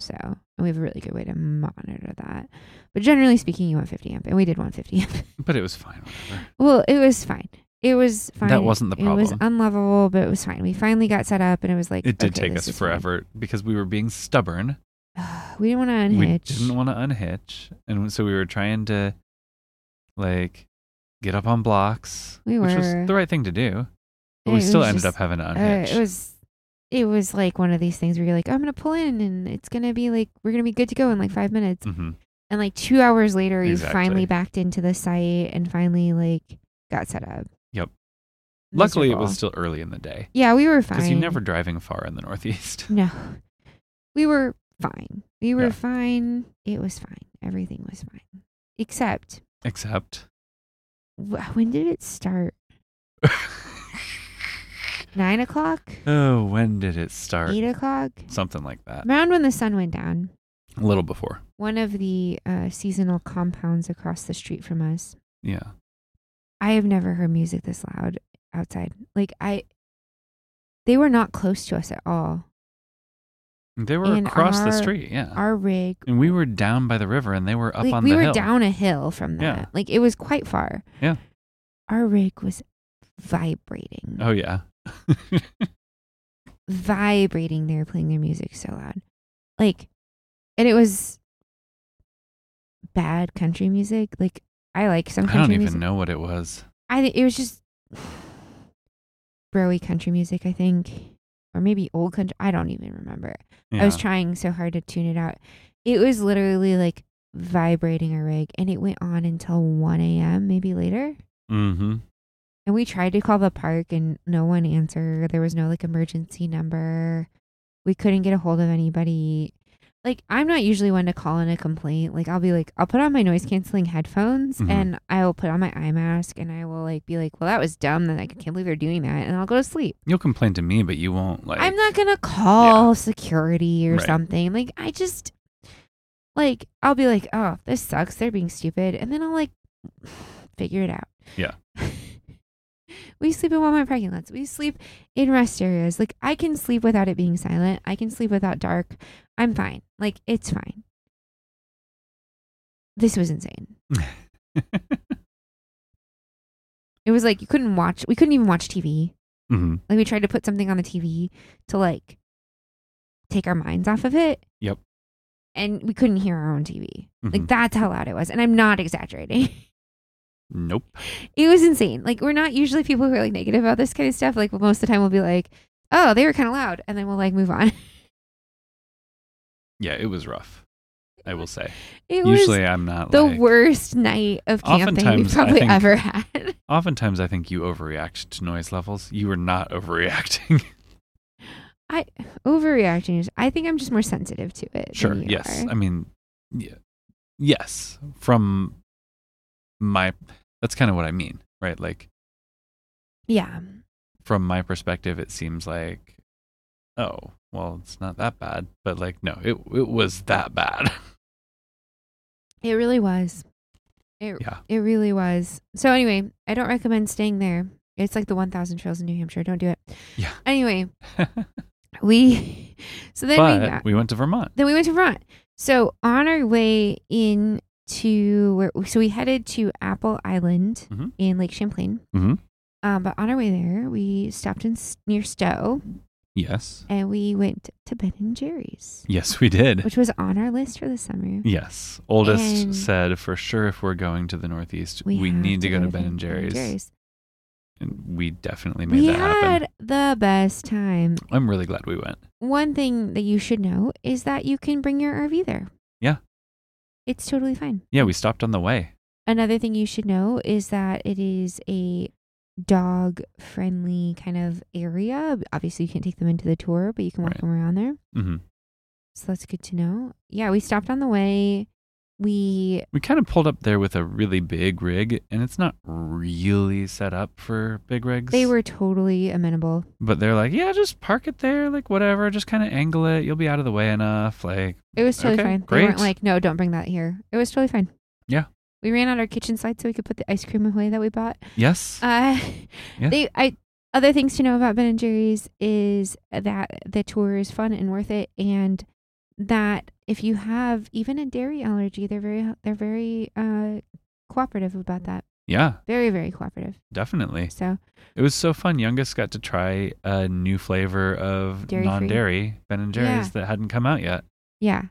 Speaker 1: So and we have a really good way to monitor that. But generally speaking, you want 50 amp, and we did want 50 amp.
Speaker 2: But it was fine. Whatever.
Speaker 1: well, it was fine. It was fine.
Speaker 2: That wasn't the
Speaker 1: It was
Speaker 2: problem.
Speaker 1: unlovable, but it was fine. We finally got set up, and it was like
Speaker 2: It did
Speaker 1: okay,
Speaker 2: take
Speaker 1: this
Speaker 2: us
Speaker 1: is fine.
Speaker 2: forever because we were being stubborn.
Speaker 1: we didn't want to unhitch.
Speaker 2: We didn't want to unhitch, and so we were trying to like get up on blocks,
Speaker 1: We
Speaker 2: which
Speaker 1: were.
Speaker 2: was the right thing to do.
Speaker 1: Yeah,
Speaker 2: But we
Speaker 1: it
Speaker 2: still
Speaker 1: was
Speaker 2: ended
Speaker 1: just-
Speaker 2: up having to
Speaker 1: Uh,
Speaker 2: unhitch.
Speaker 1: it was. It was like one of these things where you're like, I'm gonna pull in, and it's gonna be like we're gonna be good to go in like five minutes,
Speaker 2: hmm
Speaker 1: and like two hours later, you
Speaker 2: Exactly.
Speaker 1: finally backed into the site and finally like got set up.
Speaker 2: Yep. Luckily, it
Speaker 1: Miserable.
Speaker 2: was still early in the day
Speaker 1: Yeah, we were fine.
Speaker 2: because you're never driving far in the Northeast.
Speaker 1: No. We were fine. We were
Speaker 2: Yeah.
Speaker 1: fine. It was fine. Everything was fine. Except,
Speaker 2: Except
Speaker 1: wh- when did it start? Nine o'clock?
Speaker 2: oh, when did it start?
Speaker 1: Eight o'clock?
Speaker 2: Something like that.
Speaker 1: Around when the sun went down,
Speaker 2: A little before.
Speaker 1: one of the uh, seasonal compounds across the street from us.
Speaker 2: Yeah.
Speaker 1: I have never heard music this loud outside. Like, I, they were not close to us at all.
Speaker 2: They were
Speaker 1: And
Speaker 2: across the
Speaker 1: our-
Speaker 2: street. Yeah.
Speaker 1: Our rig
Speaker 2: and we were down by the river, and they were up
Speaker 1: like,
Speaker 2: on
Speaker 1: we
Speaker 2: the
Speaker 1: were
Speaker 2: hill.
Speaker 1: down a hill from that.
Speaker 2: Yeah.
Speaker 1: Like it was quite far.
Speaker 2: Yeah.
Speaker 1: Our rig was vibrating.
Speaker 2: Oh yeah.
Speaker 1: Vibrating. They were playing their music so loud. Like and it was bad country music. Like I like some
Speaker 2: I
Speaker 1: country
Speaker 2: don't even
Speaker 1: music.
Speaker 2: know what it was.
Speaker 1: I think it was just broy country music, I think. Or maybe old country. I don't even remember.
Speaker 2: Yeah.
Speaker 1: I was trying so hard to tune it out. It was literally like vibrating a rig and it went on until 1 a.m., maybe later.
Speaker 2: mm-hmm.
Speaker 1: And we tried to call the park and no one answered. There was no like emergency number. We couldn't get a hold of anybody. Like, I'm not usually one to call in a complaint. Like, I'll be like, I'll put on my noise canceling headphones
Speaker 2: Mhm.
Speaker 1: and I will put on my eye mask and I will like be like, well, that was dumb. That I can't believe they're doing that. And I'll go to sleep.
Speaker 2: You'll complain to me, but you won't like.
Speaker 1: I'm not gonna call security or
Speaker 2: Right.
Speaker 1: something. Like I just like I'll be like, oh, this sucks. They're being stupid, and then I'll like figure it out.
Speaker 2: Yeah.
Speaker 1: we sleep in Walmart parking lots. We sleep in rest areas. Like I can sleep without it being silent. I can sleep without dark. I'm fine. Like it's fine. This was insane. It was like you couldn't watch. We couldn't even watch TV.
Speaker 2: hmm
Speaker 1: Like we tried to put something on the TV to like take our minds off of it.
Speaker 2: Yep.
Speaker 1: And we couldn't hear our own TV. Like
Speaker 2: Mhm.
Speaker 1: that's how loud it was. And I'm not exaggerating.
Speaker 2: Nope.
Speaker 1: it was insane. Like we're not usually people who are like negative about this kind of stuff. Like most of the time we'll be like, oh, they were kind of loud. And then we'll like move on.
Speaker 2: Yeah, it was rough. I will say.
Speaker 1: It
Speaker 2: Usually,
Speaker 1: was
Speaker 2: I'm not
Speaker 1: the
Speaker 2: like.
Speaker 1: worst night of camping we
Speaker 2: Oftentimes, I
Speaker 1: probably
Speaker 2: think-
Speaker 1: ever had.
Speaker 2: Oftentimes, I think you overreact to noise levels. You were not overreacting.
Speaker 1: Overreacting is, I think I'm just more sensitive to it. than
Speaker 2: sure.
Speaker 1: you
Speaker 2: Yes.
Speaker 1: are.
Speaker 2: I mean, yeah. Yes. From my, that's kind of what I mean, right? Like
Speaker 1: Yeah.
Speaker 2: from my perspective, it seems like, oh, well, it's not that bad. But like, no, it it was that bad.
Speaker 1: It really was. It
Speaker 2: Yeah.
Speaker 1: it really was. So anyway, I don't recommend staying there. It's like the 1000 trails in New Hampshire. Don't do it.
Speaker 2: Yeah.
Speaker 1: Anyway, we so then we got,
Speaker 2: but we went to Vermont.
Speaker 1: then we went to Vermont. So on our way in to where so we headed to Apple Island
Speaker 2: Mhm.
Speaker 1: in Lake Champlain.
Speaker 2: Mhm.
Speaker 1: Um, but on our way there, we stopped in S- near Stowe
Speaker 2: Yes.
Speaker 1: and we went to Ben and Jerry's,
Speaker 2: Yes, we did.
Speaker 1: which was on our list for the summer.
Speaker 2: Yes. Oldest
Speaker 1: And-
Speaker 2: said for sure if we're going to the Northeast, we,
Speaker 1: have
Speaker 2: need to go to Ben and Jerry's. And we definitely made
Speaker 1: We
Speaker 2: that happen.
Speaker 1: had the best time.
Speaker 2: I'm really glad we went.
Speaker 1: One thing that you should know is that you can bring your RV there.
Speaker 2: Yeah.
Speaker 1: It's totally fine.
Speaker 2: Yeah, we stopped on the way.
Speaker 1: Another thing you should know is that it is a dog friendly kind of area. Obviously, you can't take them into the tour, but you can walk
Speaker 2: Right.
Speaker 1: them around there.
Speaker 2: hmm
Speaker 1: So that's good to know. Yeah, we stopped on the way. We,
Speaker 2: We kind of pulled up there with a really big rig, and it's not really set up for big rigs.
Speaker 1: they were totally amenable.
Speaker 2: but they're like, yeah, just park it there, like whatever, just kind of angle it. You'll be out of the way enough. Like,
Speaker 1: It was totally
Speaker 2: Okay,
Speaker 1: fine. They
Speaker 2: great.
Speaker 1: weren't like, no, don't bring that here. It was totally fine.
Speaker 2: Yeah.
Speaker 1: We ran out our kitchen side so we could put the ice cream away that we bought.
Speaker 2: yes,
Speaker 1: Uh,
Speaker 2: Yeah.
Speaker 1: they, I, other things to know about Ben and Jerry's is that the tour is fun and worth it, and that if you have even a dairy allergy, they're very, they're very uh, cooperative about that.
Speaker 2: yeah,
Speaker 1: Very, very cooperative.
Speaker 2: definitely.
Speaker 1: So
Speaker 2: It was so fun. Youngest got to try a new flavor of
Speaker 1: Dairy-free.
Speaker 2: non-dairy Ben and Jerry's
Speaker 1: Yeah.
Speaker 2: that hadn't come out yet.
Speaker 1: yeah,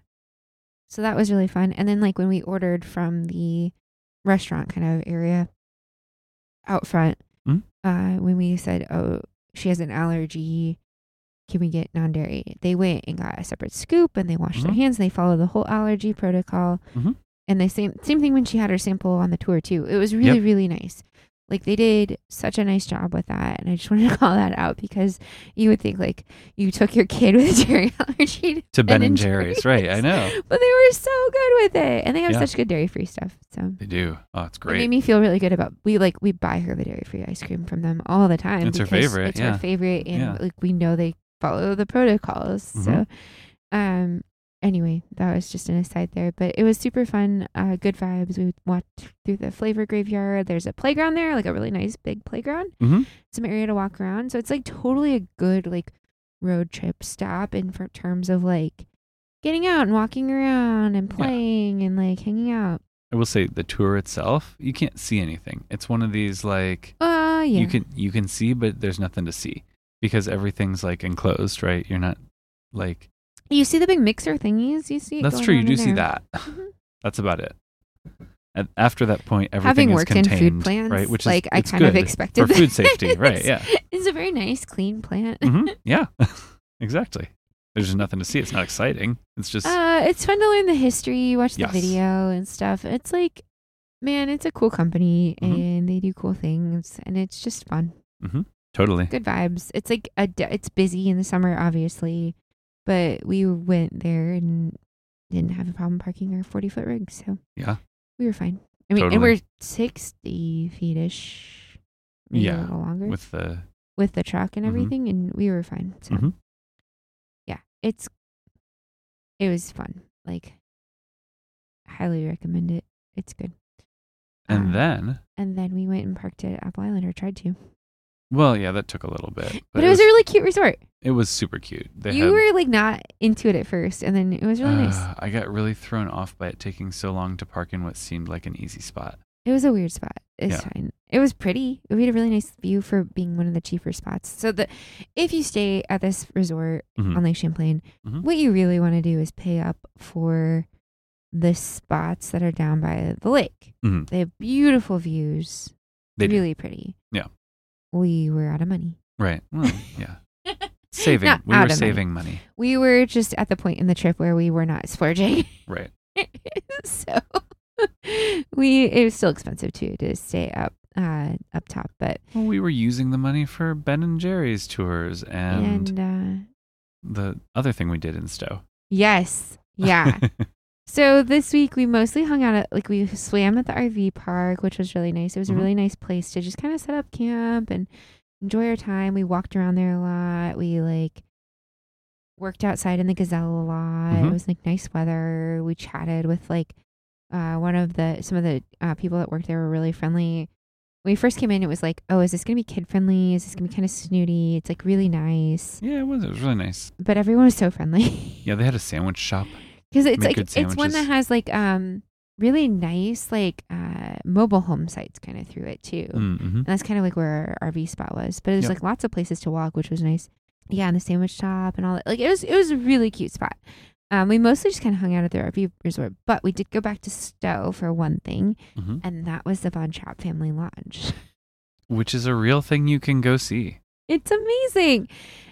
Speaker 1: so that was really fun. And then like when we ordered from the restaurant kind of area out front,
Speaker 2: Mhm.
Speaker 1: uh, when we said, "Oh, she has an allergy," can we get non dairy? They went and got a separate scoop and they washed their
Speaker 2: Mhm.
Speaker 1: hands and they followed the whole allergy protocol.
Speaker 2: Mhm.
Speaker 1: And the same same thing when she had her sample on the tour too. It was really really nice. Like they did such a nice job with that, and I just wanted to call that out because you would think like you took your kid with a dairy allergy, to
Speaker 2: To Ben, and Jerry's, right? I know
Speaker 1: but they were so good with it, and they have
Speaker 2: Yeah.
Speaker 1: such good dairy free stuff. So
Speaker 2: they do. Oh, it's
Speaker 1: it made
Speaker 2: great.
Speaker 1: me feel really good about we like we buy her the dairy free ice cream from them all the time.
Speaker 2: It's her
Speaker 1: because
Speaker 2: favorite,
Speaker 1: It's
Speaker 2: yeah.
Speaker 1: her favorite, and
Speaker 2: Yeah.
Speaker 1: like we know they follow the protocols. So,
Speaker 2: Mm-hmm.
Speaker 1: um, anyway, that was just an aside there, but it was super fun. Uh, good vibes. We walked through the flavor graveyard. There's a playground there, like a really nice big playground.
Speaker 2: Mhm.
Speaker 1: Some area to walk around. So it's like totally a good like road trip stop in for terms of like getting out and walking around and playing and like hanging out.
Speaker 2: I will say the tour itself, you can't see anything. It's one of these like
Speaker 1: Uh, yeah.
Speaker 2: you can you can see, but there's nothing to see because everything's like enclosed, right? You're not like
Speaker 1: You see the big mixer thingies. You see. it
Speaker 2: that's
Speaker 1: going
Speaker 2: true.
Speaker 1: on
Speaker 2: You do
Speaker 1: in
Speaker 2: see
Speaker 1: there. Mm-hmm.
Speaker 2: that. That's about it. And after that point, everything
Speaker 1: Having
Speaker 2: is
Speaker 1: worked in
Speaker 2: contained,
Speaker 1: food plants,
Speaker 2: right? Which
Speaker 1: like
Speaker 2: is
Speaker 1: I
Speaker 2: it's
Speaker 1: kind of
Speaker 2: good
Speaker 1: expected
Speaker 2: for
Speaker 1: that.
Speaker 2: food safety, right? Yeah,
Speaker 1: It's a very nice, clean plant.
Speaker 2: hmm yeah, exactly. There's just nothing to see. It's not exciting. It's just
Speaker 1: Uh, it's fun to learn the history, watch
Speaker 2: Yes.
Speaker 1: the video and stuff. It's like, man, it's a cool company
Speaker 2: Mhm.
Speaker 1: and they do cool things, and it's just fun.
Speaker 2: totally
Speaker 1: Good vibes. It's like a. d- It's busy in the summer, obviously, but we went there and didn't have a problem parking our forty foot rig, so
Speaker 2: Yeah.
Speaker 1: we were fine. I mean, and
Speaker 2: Totally.
Speaker 1: we're sixty feet ish. maybe a
Speaker 2: Yeah,
Speaker 1: little longer.
Speaker 2: with the
Speaker 1: with the truck and
Speaker 2: Mhm.
Speaker 1: everything, and we were fine. So,
Speaker 2: Mhm.
Speaker 1: yeah, it's it was fun. Like, highly recommend it. It's good.
Speaker 2: and
Speaker 1: Uh,
Speaker 2: then
Speaker 1: and then we went and parked at Apple Island or tried to, but,
Speaker 2: well, yeah, that took a little bit, but,
Speaker 1: it was a really cute resort.
Speaker 2: it was super cute. They
Speaker 1: you
Speaker 2: had,
Speaker 1: were like not into it at first, and then it was really nice.
Speaker 2: Uh, I got really thrown off by it taking so long to park in what seemed like an easy spot.
Speaker 1: It was a weird spot. It's
Speaker 2: yeah.
Speaker 1: fine. It was pretty. We had a really nice view for being one of the cheaper spots. So the if you stay at this resort
Speaker 2: Mhm.
Speaker 1: on Lake Champlain,
Speaker 2: Mhm.
Speaker 1: what you really want to do is pay up for the spots that are down by the lake.
Speaker 2: Mhm.
Speaker 1: They have beautiful views.
Speaker 2: They do.
Speaker 1: really pretty.
Speaker 2: Yeah.
Speaker 1: We were out of money.
Speaker 2: Right. Well, yeah. Saving.
Speaker 1: Not
Speaker 2: we
Speaker 1: out
Speaker 2: were
Speaker 1: of money.
Speaker 2: saving money.
Speaker 1: We were just at the point in the trip where we were not splurging.
Speaker 2: Right.
Speaker 1: so we it was still expensive too to stay up uh up top, but
Speaker 2: Well, we were using the money for Ben and Jerry's tours and,
Speaker 1: and, uh,
Speaker 2: the other thing we did in Stowe.
Speaker 1: yes, yeah. so this week we mostly hung out at like we swam at the RV park, which was really nice. It was
Speaker 2: Mhm.
Speaker 1: a really nice place to just kind of set up camp and enjoy our time. We walked around there a lot. We like worked outside in the gazelle a lot.
Speaker 2: Mhm.
Speaker 1: It was like nice weather. We chatted with like uh, one of the some of the uh, people that worked there were really friendly. When we first came in, it was like, oh, is this gonna be kid friendly? Is this gonna be kind of snooty? It's like really nice,
Speaker 2: Yeah, it was. It was really nice.
Speaker 1: but everyone was so friendly
Speaker 2: Yeah, they had a sandwich shop.
Speaker 1: because it's
Speaker 2: Made
Speaker 1: like
Speaker 2: good
Speaker 1: it's one that
Speaker 2: sandwiches.
Speaker 1: has like um really nice like uh mobile home sites kind of through it too.
Speaker 2: Mm-hmm.
Speaker 1: And that's kind of like where our RV spot was, but it was
Speaker 2: Yep.
Speaker 1: like lots of places to walk, which was nice. Yeah, and the sandwich shop and all that. Like it was, it was a really cute spot. Um, we mostly just kind of hung out at the RV resort, but we did go back to Stowe for one thing,
Speaker 2: hmm
Speaker 1: and that was the Von Trapp Family Lodge.
Speaker 2: Which is a real thing you can go see.
Speaker 1: It's amazing,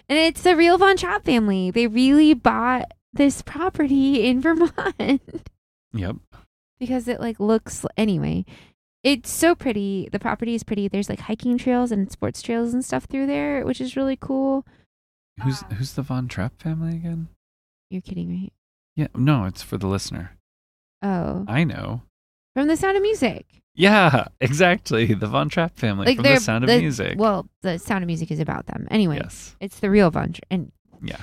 Speaker 1: and it's the real Von Trapp family. They really bought this property in Vermont.
Speaker 2: Yep.
Speaker 1: because it like looks anyway it's so pretty the property is pretty there's like hiking trails and sports trails and stuff through there which is really cool
Speaker 2: Who's
Speaker 1: Ah.
Speaker 2: who's the Von Trapp family again?
Speaker 1: you're kidding right
Speaker 2: Yeah, no, it's for the listener.
Speaker 1: oh
Speaker 2: I know.
Speaker 1: from the sound of music
Speaker 2: Yeah, exactly. The Von Trapp family from
Speaker 1: they're-
Speaker 2: The Sound of
Speaker 1: the-
Speaker 2: Music.
Speaker 1: well the sound of music is about them anyway
Speaker 2: yes.
Speaker 1: it's the real bunch and
Speaker 2: Yeah.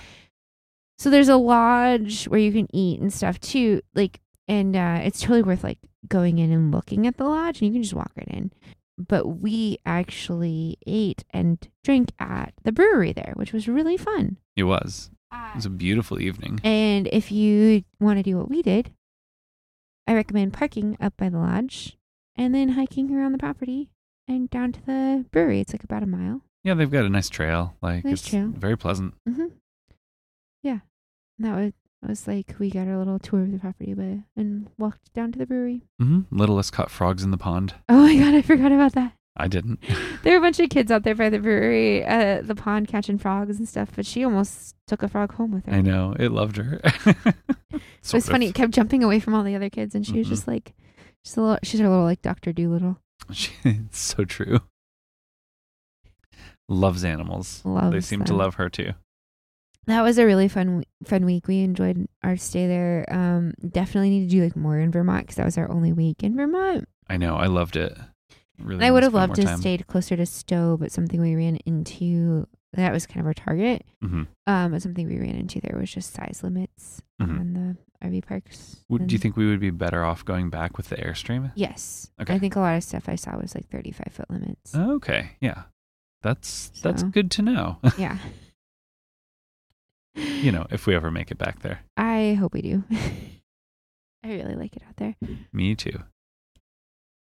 Speaker 1: so there's a lodge where you can eat and stuff too like and uh, it's totally worth like going in and looking at the lodge and you can just walk right in but we actually ate and drank at the brewery there which was really fun
Speaker 2: It was. It was a beautiful evening.
Speaker 1: And if you want to do what we did, I recommend parking up by the lodge and then hiking around the property and down to the brewery. It's like about a mile.
Speaker 2: Yeah, they've got a nice trail. Like
Speaker 1: Nice
Speaker 2: it's
Speaker 1: trail.
Speaker 2: very pleasant.
Speaker 1: Mm-hmm. Yeah. And that was, that was like we got our little tour of the property but, and walked down to the brewery.
Speaker 2: hmm Little us caught frogs in the pond.
Speaker 1: Oh my God, I forgot about that.
Speaker 2: I didn't.
Speaker 1: There were a bunch of kids out there by the brewery, uh, the pond catching frogs and stuff, but she almost took a frog home with her.
Speaker 2: I know. It loved her.
Speaker 1: It was funny. It kept jumping away from all the other kids, and she was
Speaker 2: Mhm.
Speaker 1: just like, she's a little, she's a little like Doctor Doolittle.
Speaker 2: it's so true. Loves animals.
Speaker 1: Loves
Speaker 2: they seem to
Speaker 1: them.
Speaker 2: love her too.
Speaker 1: That was a really fun, fun week. We enjoyed our stay there. Um, definitely need to do like more in Vermont because that was our only week in Vermont.
Speaker 2: I know. I loved it. Really
Speaker 1: And I would
Speaker 2: wanna
Speaker 1: have
Speaker 2: spend
Speaker 1: loved
Speaker 2: more
Speaker 1: to
Speaker 2: time.
Speaker 1: stayed closer to Stowe, but something we ran into that was kind of our target.
Speaker 2: Mhm.
Speaker 1: Um, but something we ran into there was just size limits
Speaker 2: Mhm.
Speaker 1: on the RV parks.
Speaker 2: Would, do you
Speaker 1: and-
Speaker 2: think we would be better off going back with the airstream?
Speaker 1: Yes. I
Speaker 2: Okay.
Speaker 1: think a lot of stuff I saw was like thirty-five foot limits.
Speaker 2: Okay, yeah, that's that's
Speaker 1: So-
Speaker 2: good to know.
Speaker 1: yeah.
Speaker 2: Oh. you know, if we ever make it back there,
Speaker 1: I hope we do. I really like it out there.
Speaker 2: me too.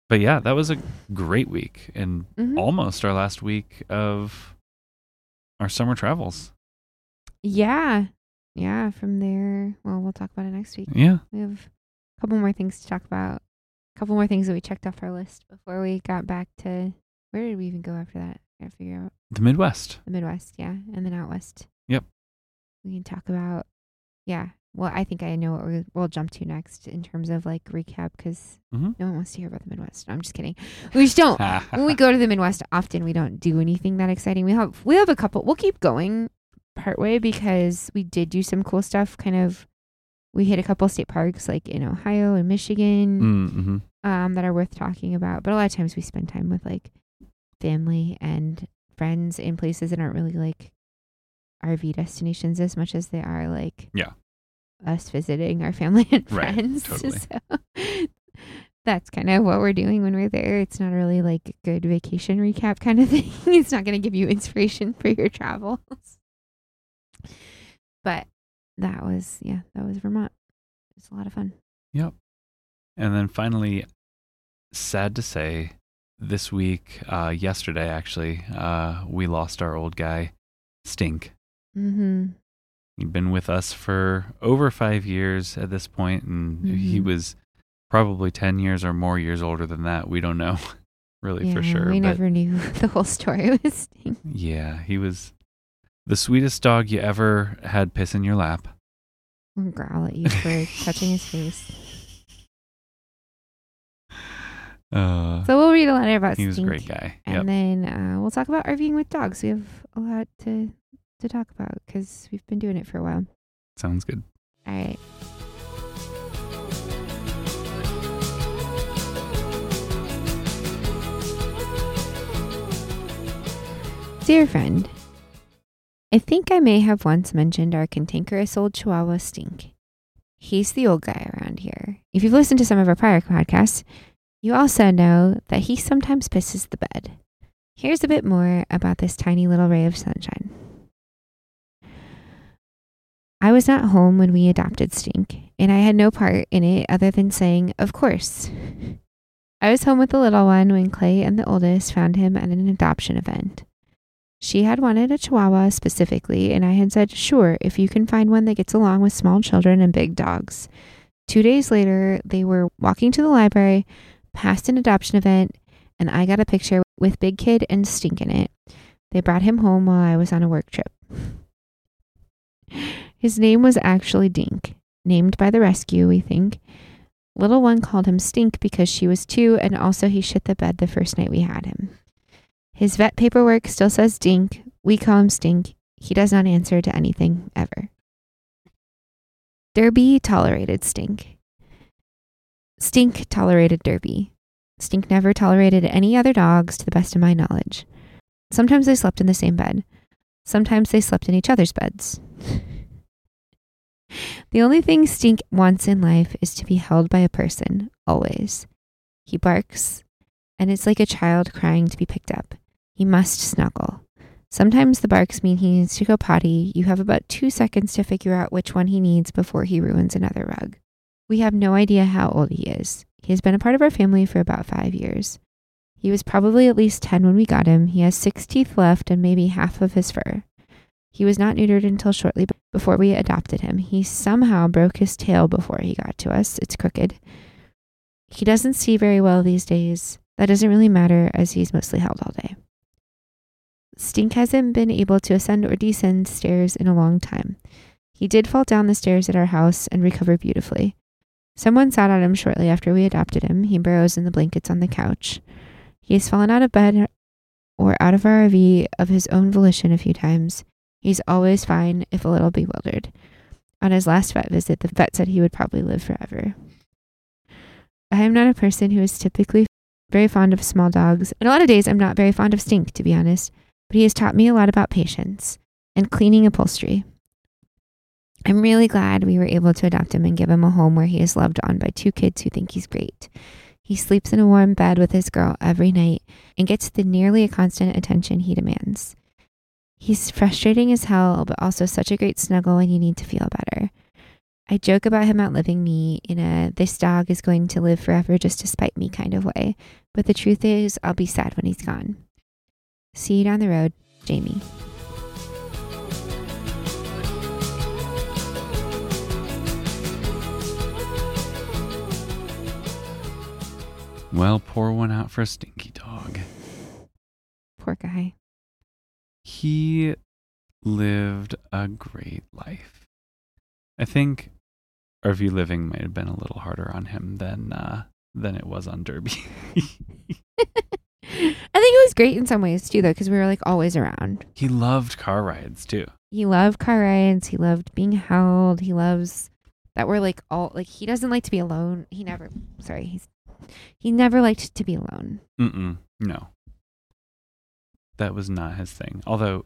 Speaker 2: But yeah, that was a
Speaker 1: Mm-hmm.
Speaker 2: great week and
Speaker 1: Mhm.
Speaker 2: almost our last week of our summer travels.
Speaker 1: Yeah. Yeah. From there, well, we'll talk about it next week.
Speaker 2: Yeah,
Speaker 1: We have a couple more things to talk about, a couple more things that we checked off our list before we got back to where did we even go after that? I gotta figure out
Speaker 2: the Midwest.
Speaker 1: the Midwest, yeah, and then out west.
Speaker 2: Yep.
Speaker 1: We can talk about, yeah. Well, I think I know what we- we'll jump to next in terms of like recap because
Speaker 2: Mhm.
Speaker 1: no one wants to hear about the Midwest. No, I'm just kidding. We just don't. when we go to the Midwest, often we don't do anything that exciting. We have we have a couple. We'll keep going partway because we did do some cool stuff. Kind of, we hit a couple state parks like in Ohio and Michigan
Speaker 2: mm-hmm.
Speaker 1: um, that are worth talking about. But a lot of times we spend time with like family and friends in places that aren't really like RV destinations as much as they are like
Speaker 2: Yeah.
Speaker 1: us visiting our family and
Speaker 2: Right,
Speaker 1: friends.
Speaker 2: totally.
Speaker 1: So that's kind of what we're doing when we're there. It's not really like a good vacation recap kind of thing. it's not going to give you inspiration for your travels. But that was yeah, that was Vermont. It was a lot of fun.
Speaker 2: And then finally, sad to say, this week, uh, yesterday actually, uh, we lost our old guy, Stink.
Speaker 1: Mhm.
Speaker 2: He'd been with us for over five years at this point, and he
Speaker 1: Mhm.
Speaker 2: was probably 10 years or more years older than that. We don't know really for
Speaker 1: Yeah,
Speaker 2: sure.
Speaker 1: We
Speaker 2: but
Speaker 1: never knew the whole story was Sting.
Speaker 2: yeah, he was the sweetest dog you ever had piss in your lap.
Speaker 1: Or growl at you for touching his face.
Speaker 2: Uh,
Speaker 1: So we'll read a letter about
Speaker 2: he was a
Speaker 1: Stink,
Speaker 2: great guy.
Speaker 1: and
Speaker 2: Yep.
Speaker 1: then uh, we'll talk about RVing with dogs. We have a lot to to talk about because we've been doing it for a while.
Speaker 2: Sounds good.
Speaker 1: All right. Dear friend, I think I may have once mentioned our cantankerous old chihuahua Stink. He's the old guy around here. If you've listened to some of our prior podcasts, you also know that he sometimes pisses the bed. Here's a bit more about this tiny little ray of sunshine. I was not home when we adopted Stink, and I had no part in it other than saying, Of course. I was home with the little one when Clay and the oldest found him at an adoption event. She had wanted a chihuahua specifically, and I had said, Sure, if you can find one that gets along with small children and big dogs. Two days later, they were walking to the library, past an adoption event, and I got a picture with Big Kid and Stink in it. They brought him home while I was on a work trip. His name was actually Dink, named by the rescue, we think. Little one called him Stink because she was two, and also he shit the bed the first night we had him. His vet paperwork still says Dink. We call him Stink. He does not answer to anything ever. Derby tolerated Stink. Stink tolerated Derby. Stink never tolerated any other dogs, to the best of my knowledge. Sometimes they slept in the same bed. Sometimes they slept in each other's beds. The only thing Stink wants in life is to be held by a person, always. He barks, and it's like a child crying to be picked up. He must snuggle. Sometimes the barks mean he needs to go potty. You have about two seconds to figure out which one he needs before he ruins another rug. We have no idea how old he is. He has been a part of our family for about five years. He was probably at least 10 when we got him. He has six teeth left and maybe half of his fur. He was not neutered until shortly b- before we adopted him. He somehow broke his tail before he got to us. It's crooked. He doesn't see very well these days. That doesn't really matter as he's mostly held all day. Stink hasn't been able to ascend or descend stairs in a long time. He did fall down the stairs at our house and recover beautifully. Someone sat on him shortly after we adopted him. He burrows in the blankets on the couch. He has fallen out of bed or out of our RV of his own volition a few times. He's always fine, if a little bewildered. On his last vet visit, the vet said he would probably live forever. I am not a person who is typically very fond of small dogs, and a lot of days I'm not very fond of Stink, to be honest, but he has taught me a lot about patience and cleaning upholstery. I'm really glad we were able to adopt him and give him a home where he is loved on by two kids who think he's great. He sleeps in a warm bed with his girl every night and gets the nearly constant attention he demands. He's frustrating as hell, but also such a great snuggle, and you need to feel better. I joke about him outliving me in a this dog is going to live forever just to spite me kind of way, but the truth is, I'll be sad when he's gone. See you down the road, Jamie.
Speaker 2: Well, pour one out for a stinky dog.
Speaker 1: Poor guy.
Speaker 2: He lived a great life. I think RV living might have been a little harder on him than uh, than it was on Derby.
Speaker 1: I think it was great in some ways too, though, because we were like always around.
Speaker 2: he loved car rides too.
Speaker 1: He loved car rides. He loved being held. He loves that we're like all like he doesn't like to be alone. He never sorry he's he never liked to be alone.
Speaker 2: Mm-mm, no, that was not his thing. Although,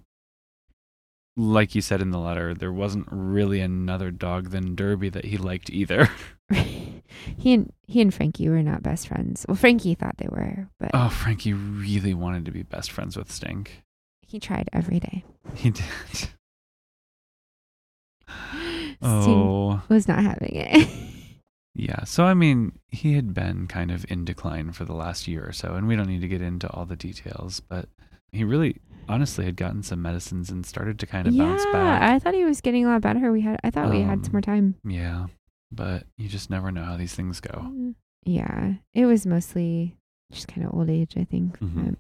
Speaker 2: like you said in the letter, there wasn't really another dog than Derby that he liked either.
Speaker 1: he and he and Frankie were not best friends. Well, Frankie thought they were, but
Speaker 2: Oh, Frankie really wanted to be best friends with Stink.
Speaker 1: he tried every day.
Speaker 2: He did.
Speaker 1: Sting
Speaker 2: Oh,
Speaker 1: was not having it.
Speaker 2: yeah. So, I mean, he had been kind of in decline for the last year or so, and we don't need to get into all the details, but he really, honestly, had gotten some medicines and started to kind of bounce
Speaker 1: yeah,
Speaker 2: back.
Speaker 1: I thought he was getting a lot better. We had I thought we had
Speaker 2: Um,
Speaker 1: some more time.
Speaker 2: yeah. But you just never know how these things go.
Speaker 1: Mm, Yeah, it was mostly just kind of old age. I think.
Speaker 2: Mhm.
Speaker 1: Um,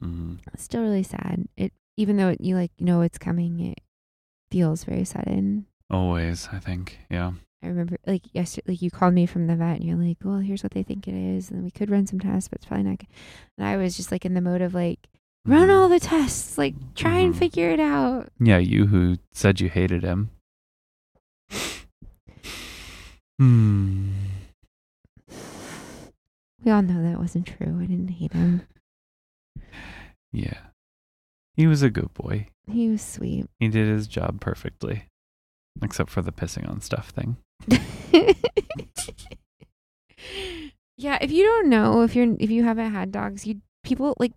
Speaker 2: hmm
Speaker 1: It's still really sad. It even though it, you like know it's coming, it feels very sudden.
Speaker 2: Always, I think. Yeah.
Speaker 1: I remember like yesterday, like you called me from the vet and you're like, well, here's what they think it is. And we could run some tests, but it's probably not. Good. And I was just like in the mode of like, run
Speaker 2: Mhm.
Speaker 1: all the tests, like try and
Speaker 2: Mhm.
Speaker 1: figure it out.
Speaker 2: Yeah, you who said you hated him. Hmm.
Speaker 1: We all know that wasn't true. I didn't hate him.
Speaker 2: Yeah. He was a good boy.
Speaker 1: He was sweet.
Speaker 2: He did his job perfectly. Except for the pissing on stuff thing.
Speaker 1: yeah, if you don't know, if you're if you haven't had dogs, you people like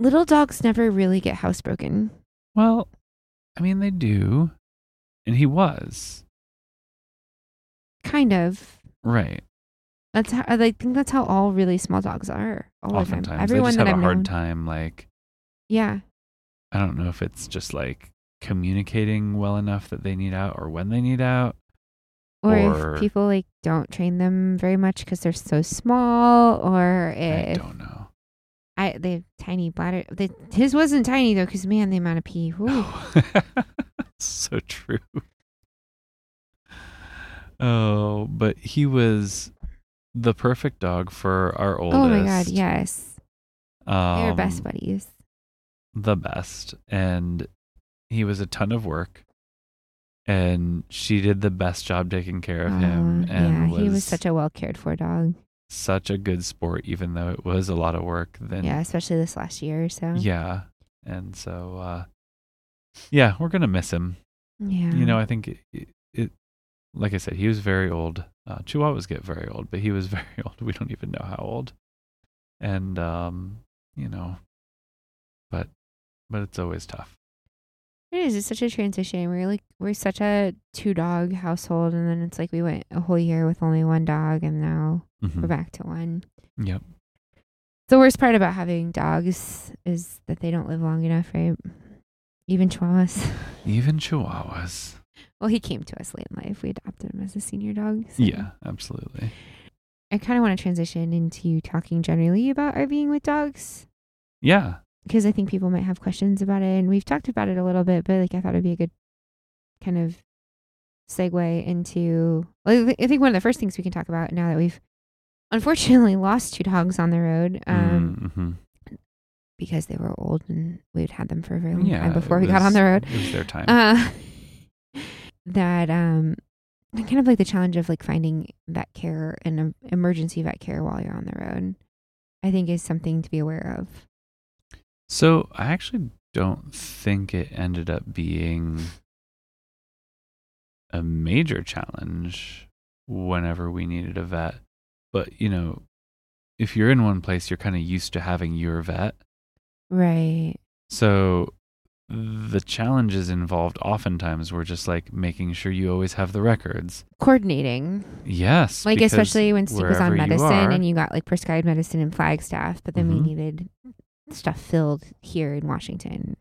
Speaker 1: little dogs never really get housebroken.
Speaker 2: Well, I mean, they do. And he was.
Speaker 1: Kind of.
Speaker 2: Right.
Speaker 1: That's how I like, think that's how all really small dogs are. All the time.
Speaker 2: Oftentimes.
Speaker 1: Everyone
Speaker 2: I just
Speaker 1: that
Speaker 2: have
Speaker 1: I've
Speaker 2: a hard
Speaker 1: known.
Speaker 2: time, like,
Speaker 1: Yeah.
Speaker 2: I don't know if it's just like communicating well enough that they need out or when they need out.
Speaker 1: Or,
Speaker 2: Or-
Speaker 1: if people like don't train them very much because they're so small, or
Speaker 2: I
Speaker 1: if
Speaker 2: don't know.
Speaker 1: I, they have tiny bladder. They, his wasn't tiny though, because man, the amount of pee. whew.
Speaker 2: so true. Oh, but he was the perfect dog for our oldest.
Speaker 1: Oh my god, yes,
Speaker 2: Um,
Speaker 1: they're best buddies.
Speaker 2: the best and he was a ton of work and she did the best job taking care of him
Speaker 1: Oh,
Speaker 2: and
Speaker 1: yeah,
Speaker 2: was,
Speaker 1: he was such a well cared for dog.
Speaker 2: such a good sport even though it was a lot of work then
Speaker 1: yeah, especially this last year or so.
Speaker 2: yeah. and so uh yeah we're gonna miss him
Speaker 1: yeah.
Speaker 2: you know i think it, it, it like i said he was very old uh, chihuahuas get very old but he was very old we don't even know how old and um you know but but it's always tough
Speaker 1: It is. It's such a transition. We're like we're such a two dog household, and then it's like we went a whole year with only one dog, and now
Speaker 2: Mhm.
Speaker 1: we're back to one.
Speaker 2: Yep.
Speaker 1: The worst part about having dogs is that they don't live long enough, right? Even chihuahuas.
Speaker 2: even chihuahuas
Speaker 1: well, he came to us late in life. We adopted him as a senior dog. so-
Speaker 2: Yeah, absolutely.
Speaker 1: I kind of want to transition into talking generally about RVing with dogs.
Speaker 2: Yeah.
Speaker 1: because I think people might have questions about it, and we've talked about it a little bit, but like I thought it'd be a good kind of segue into. Well, I thi- I think one of the first things we can talk about now that we've unfortunately lost two dogs on the road um,
Speaker 2: Mm,
Speaker 1: because they were old and we'd had them for a very
Speaker 2: mhm.
Speaker 1: long
Speaker 2: Yeah.
Speaker 1: time before
Speaker 2: it
Speaker 1: we got on
Speaker 2: was-
Speaker 1: the road.
Speaker 2: It was their time.
Speaker 1: Uh, that um, kind of like the challenge of like finding vet care and um, emergency vet care while you're on the road, I think is something to be aware of.
Speaker 2: so I actually don't think it ended up being a major challenge whenever we needed a vet. But, you know, if you're in one place, you're kind of used to having your vet.
Speaker 1: Right.
Speaker 2: So the challenges involved oftentimes were just like making sure you always have the records.
Speaker 1: Coordinating.
Speaker 2: Yes.
Speaker 1: like
Speaker 2: because
Speaker 1: especially when Steve was
Speaker 2: wherever
Speaker 1: on
Speaker 2: you
Speaker 1: medicine
Speaker 2: are-
Speaker 1: and you got like prescribed medicine in Flagstaff, but then
Speaker 2: Mhm.
Speaker 1: we needed stuff filled here in Washington.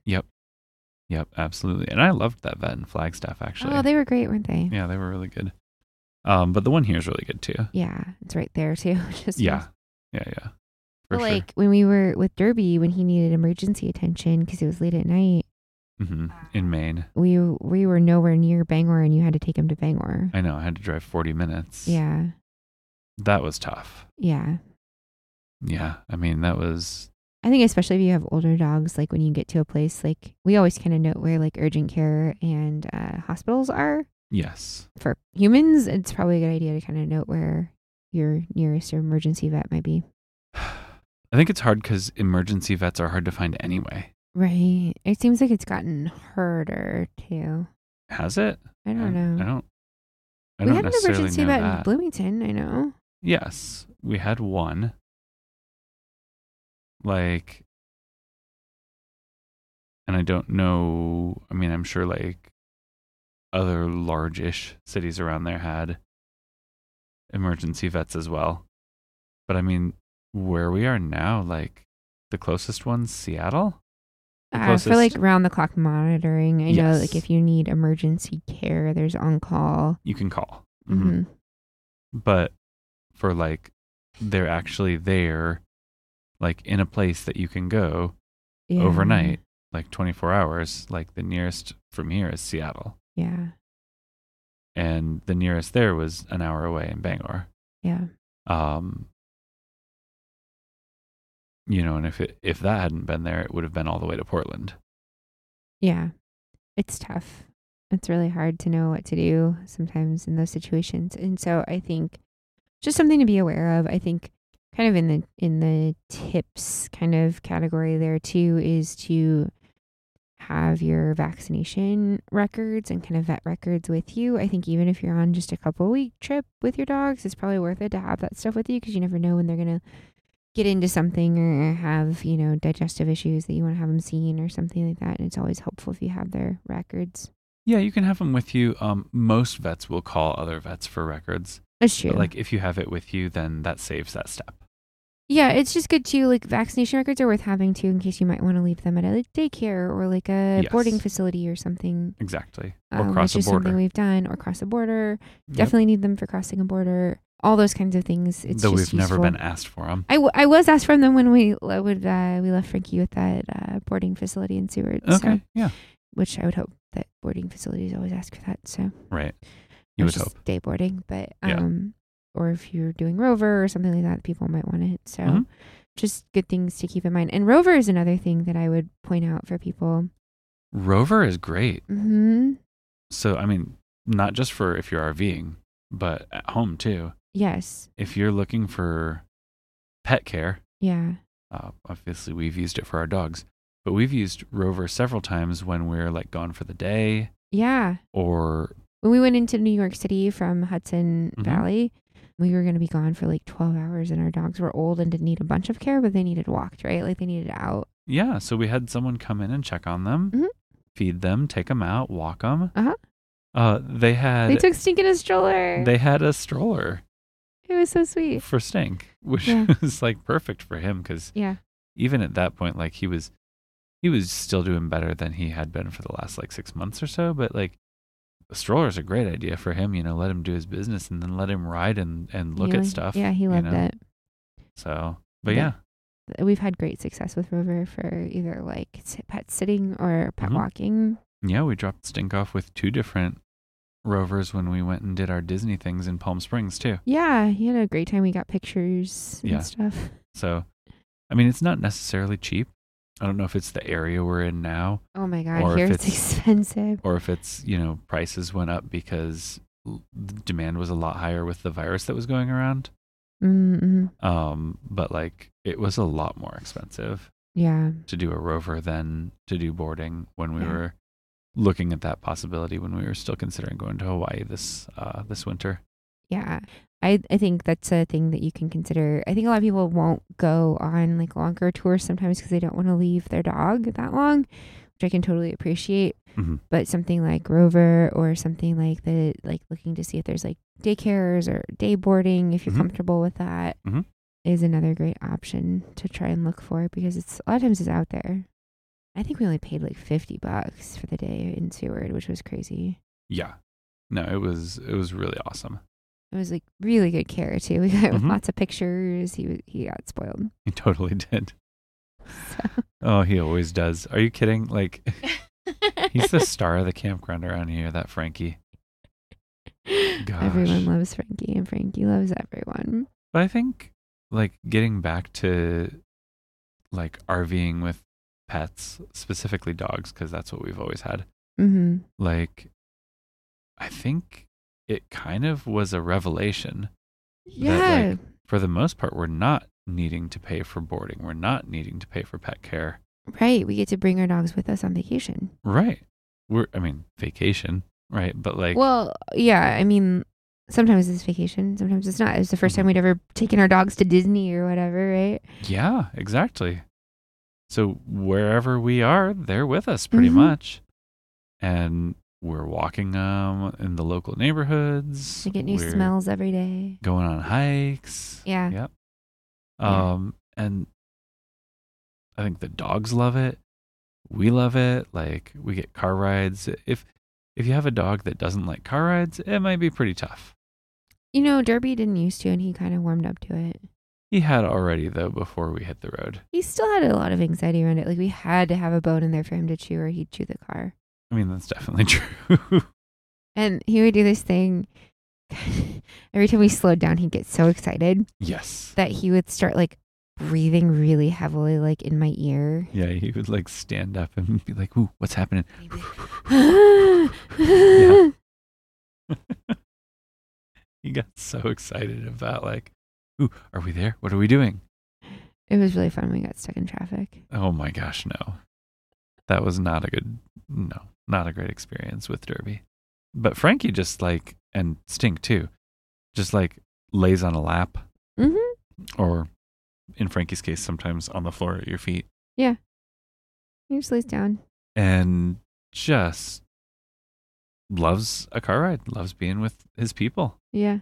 Speaker 2: Yep, absolutely. And I loved that vet in Flagstaff actually.
Speaker 1: Oh, they were great, weren't they? Yeah,
Speaker 2: Yeah, they were really good. Um, but the one here is really good too.
Speaker 1: it's right there too. Just
Speaker 2: Yeah, yeah, yeah. For
Speaker 1: But
Speaker 2: sure.
Speaker 1: like when we were with Derby, when he needed emergency attention because it was late at night, uh,
Speaker 2: hmm In Maine,
Speaker 1: we we were nowhere near Bangor, and you had to take him to Bangor.
Speaker 2: I know I had to drive forty minutes.
Speaker 1: Yeah,
Speaker 2: that was tough.
Speaker 1: yeah.
Speaker 2: Yeah, I mean that was
Speaker 1: I think especially if you have older dogs, like when you get to a place, like we always kind of note where like urgent care and uh, hospitals are.
Speaker 2: yes,
Speaker 1: for humans, it's probably a good idea to kind of note where your nearest emergency vet might be.
Speaker 2: I think it's hard because emergency vets are hard to find anyway.
Speaker 1: Right. It seems like it's gotten harder too.
Speaker 2: Has it?
Speaker 1: I don't know.
Speaker 2: I don't. I
Speaker 1: we
Speaker 2: don't
Speaker 1: had an
Speaker 2: necessarily
Speaker 1: emergency
Speaker 2: know
Speaker 1: vet in
Speaker 2: that.
Speaker 1: Bloomington, I know.
Speaker 2: Yes, we had one. Like, and I don't know. I mean, I'm sure like other large ish cities around there had emergency vets as well. But I mean, where we are now, like the closest one's Seattle. The
Speaker 1: Uh, for like
Speaker 2: closest-
Speaker 1: round the clock monitoring, I know like
Speaker 2: Yes.
Speaker 1: if you need emergency care, there's on call.
Speaker 2: You can call. Mhm.
Speaker 1: Mhm.
Speaker 2: but for like they're actually there like in a place that you can go
Speaker 1: Yeah.
Speaker 2: overnight like 24 hours like the nearest from here is seattle
Speaker 1: Yeah.
Speaker 2: and the nearest there was an hour away in bangor
Speaker 1: Yeah.
Speaker 2: um you know and if it if that hadn't been there it would have been all the way to portland
Speaker 1: Yeah. It's tough. It's really hard to know what to do sometimes in those situations. And so I think just something to be aware of. I think kind of in the in the tips kind of category there too is to have your vaccination records and kind of vet records with you. I think even if you're on just a couple week trip with your dogs, it's probably worth it to have that stuff with you because you never know when they're going to get into something or have, you know, digestive issues that you want to have them seen or something like that. And it's always helpful if you have their records.
Speaker 2: Yeah, you can have them with you. Um, most vets will call other vets for records.
Speaker 1: That's true.
Speaker 2: But like if you have it with you, then that saves that step.
Speaker 1: Yeah, it's just good too. Like vaccination records are worth having too, in case you might want to leave them at a like, daycare or like a
Speaker 2: Yes.
Speaker 1: boarding facility or something.
Speaker 2: Exactly.
Speaker 1: um,
Speaker 2: or cross
Speaker 1: which
Speaker 2: a
Speaker 1: is
Speaker 2: border.
Speaker 1: something we've done, or cross a border.
Speaker 2: Yep.
Speaker 1: Definitely need them for crossing a border. All those kinds of things. It's
Speaker 2: Though
Speaker 1: just
Speaker 2: we've never
Speaker 1: useful.
Speaker 2: been asked for them.
Speaker 1: I, w- I was asked for them when we le- would uh, we left Frankie with that uh, boarding facility in Seward.
Speaker 2: Okay.
Speaker 1: So,
Speaker 2: yeah.
Speaker 1: which I would hope that boarding facilities always ask for that. So
Speaker 2: Right. You
Speaker 1: or
Speaker 2: would
Speaker 1: just
Speaker 2: hope.
Speaker 1: day boarding, but
Speaker 2: Yeah.
Speaker 1: um, or if you're doing Rover or something like that, people might want it. So,
Speaker 2: Mhm.
Speaker 1: just good things to keep in mind. And Rover is another thing that I would point out for people.
Speaker 2: Rover is great.
Speaker 1: hmm
Speaker 2: So I mean, not just for if you're RVing, but at home too.
Speaker 1: Yes,
Speaker 2: If you're looking for pet care,
Speaker 1: yeah,
Speaker 2: uh, obviously we've used it for our dogs, but we've used Rover several times when we're like gone for the day
Speaker 1: yeah.
Speaker 2: or
Speaker 1: When we went into New York City from Hudson
Speaker 2: Mhm.
Speaker 1: Valley, we were going to be gone for like twelve hours, and our dogs were old and didn't need a bunch of care, but they needed walked, right? Like they needed out.
Speaker 2: yeah. So we had someone come in and check on them,
Speaker 1: Mhm.
Speaker 2: feed them, take them out, walk them.
Speaker 1: Uh-huh.
Speaker 2: Uh, they had
Speaker 1: They took Stink in a stroller.
Speaker 2: they had a stroller
Speaker 1: it was so sweet.
Speaker 2: for Stink, which
Speaker 1: Yeah.
Speaker 2: was like perfect for him because
Speaker 1: Yeah.
Speaker 2: even at that point, like he was, he was still doing better than he had been for the last like six months or so. But like, a stroller is a great idea for him. You know, let him do his business and then let him ride and and look
Speaker 1: He
Speaker 2: at
Speaker 1: was-
Speaker 2: stuff.
Speaker 1: Yeah, he
Speaker 2: you
Speaker 1: loved
Speaker 2: know?
Speaker 1: it.
Speaker 2: So, but
Speaker 1: Yeah.
Speaker 2: yeah,
Speaker 1: we've had great success with Rover for either like s- pet sitting or pet
Speaker 2: Mhm.
Speaker 1: walking.
Speaker 2: yeah, we dropped Stink off with two different rovers when we went and did our Disney things in Palm Springs too.
Speaker 1: Yeah, he had a great time. We got pictures and
Speaker 2: Yeah.
Speaker 1: stuff.
Speaker 2: So, I mean, it's not necessarily cheap. I don't know if it's the area we're in now
Speaker 1: Oh my god,
Speaker 2: Or if
Speaker 1: here it's,
Speaker 2: it's-
Speaker 1: expensive.
Speaker 2: or if it's you know prices went up because l- the demand was a lot higher with the virus that was going around.
Speaker 1: Mm-hmm.
Speaker 2: um but like it was a lot more expensive
Speaker 1: Yeah,
Speaker 2: to do a rover than to do boarding when we
Speaker 1: Yeah.
Speaker 2: were looking at that possibility when we were still considering going to Hawaii this uh this winter
Speaker 1: yeah. I I think that's a thing that you can consider. I think a lot of people won't go on like longer tours sometimes because they don't want to leave their dog that long, which I can totally appreciate.
Speaker 2: Mhm.
Speaker 1: But something like Rover or something like the like looking to see if there's like daycares or day boarding if you're
Speaker 2: Mhm.
Speaker 1: comfortable with that is
Speaker 2: Mhm.
Speaker 1: another great option to try and look for because it's a lot of times it's out there. I think we only paid like fifty bucks for the day in Seward, which was crazy.
Speaker 2: yeah no it was it was really awesome
Speaker 1: It was like really good care too. We got
Speaker 2: Mhm.
Speaker 1: lots of pictures. He was, he got spoiled.
Speaker 2: he totally did
Speaker 1: So.
Speaker 2: oh he always does are you kidding like he's the star of the campground around here that Frankie
Speaker 1: Everyone
Speaker 2: Gosh.
Speaker 1: loves Frankie, and Frankie loves everyone.
Speaker 2: but I think like getting back to like RVing with pets specifically dogs because that's what we've always had
Speaker 1: hmm
Speaker 2: like I think it kind of was a revelation.
Speaker 1: Yeah,
Speaker 2: like, For the most part, we're not needing to pay for boarding. We're not needing to pay for pet care.
Speaker 1: right. We get to bring our dogs with us on vacation.
Speaker 2: Right. We're I mean, vacation, right? But like
Speaker 1: well, yeah. I mean, sometimes it's vacation, sometimes it's not. It's the 1st time we'd ever taken our dogs to Disney or whatever, right?
Speaker 2: yeah, exactly. So wherever we are, they're with us pretty
Speaker 1: Mhm.
Speaker 2: much. And we're walking them in the local neighborhoods.
Speaker 1: They get new
Speaker 2: We're
Speaker 1: smells every day.
Speaker 2: Going on hikes.
Speaker 1: Yeah.
Speaker 2: Yep.
Speaker 1: Yeah.
Speaker 2: Um, and I think the dogs love it. We love it. Like we get car rides. If if you have a dog that doesn't like car rides, it might be pretty tough.
Speaker 1: You know, Derby didn't used to, and he kind of warmed up to it.
Speaker 2: He had already though before we hit the road.
Speaker 1: He still had a lot of anxiety around it. Like we had to have a bone in there for him to chew, or he'd chew the car.
Speaker 2: I mean, that's definitely true.
Speaker 1: And he would do this thing. Every time we slowed down, he'd get so excited
Speaker 2: yes.
Speaker 1: that he would start like breathing really heavily, like in my ear.
Speaker 2: Yeah, he would like stand up and be like, "Ooh, what's happening?" He got so excited about like, "Ooh, are we there? What are we doing?"
Speaker 1: It was really fun. when We got stuck in traffic.
Speaker 2: Oh my gosh, no. that was not a good no not a great experience with derby but frankie just like and stink too just like lays on a lap
Speaker 1: Mm-hmm.
Speaker 2: or in frankie's case sometimes on the floor at your feet
Speaker 1: He just lays down.
Speaker 2: and just loves a car ride loves being with his people
Speaker 1: Yeah.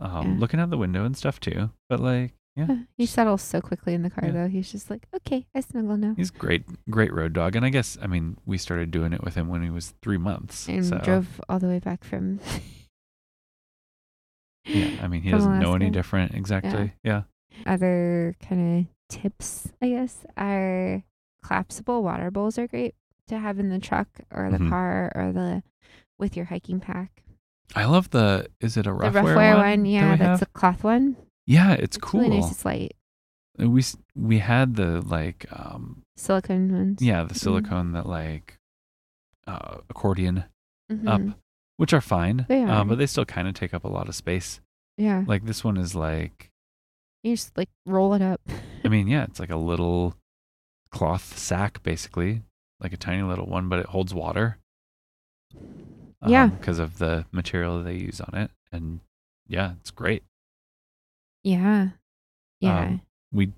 Speaker 2: um
Speaker 1: Yeah.
Speaker 2: looking out the window and stuff too but like yeah
Speaker 1: Uh, He settles so quickly in the car,
Speaker 2: Yeah.
Speaker 1: though. He's just like, okay, I snuggle now.
Speaker 2: He's great, great road dog, and I guess I mean we started doing it with him when he was three months.
Speaker 1: And
Speaker 2: so
Speaker 1: drove all the way back from.
Speaker 2: yeah, I mean he
Speaker 1: from
Speaker 2: doesn't know any
Speaker 1: Alaska.
Speaker 2: different exactly. Yeah.
Speaker 1: Other kind of tips, I guess, are collapsible water bowls are great to have in the truck or the
Speaker 2: Mhm.
Speaker 1: car or the with your hiking pack.
Speaker 2: I love the is it a rough,
Speaker 1: the rough wear one,
Speaker 2: that
Speaker 1: yeah,
Speaker 2: we
Speaker 1: that's
Speaker 2: have?
Speaker 1: the cloth one.
Speaker 2: yeah,
Speaker 1: It's
Speaker 2: it's, cool.
Speaker 1: Really nice. It's light
Speaker 2: We s- we had the like um
Speaker 1: silicone ones.
Speaker 2: yeah the silicone that like uh, accordion
Speaker 1: Mhm.
Speaker 2: up, which are fine,
Speaker 1: They are.
Speaker 2: Um, but they still kind of take up a lot of space.
Speaker 1: Yeah,
Speaker 2: Like this one is like
Speaker 1: you just like roll it up.
Speaker 2: I mean, yeah, it's like a little cloth sack, basically, like a tiny little one, but it holds water.
Speaker 1: Yeah.
Speaker 2: Because of the material they use on it. And yeah, it's great.
Speaker 1: Yeah, yeah.
Speaker 2: Um, we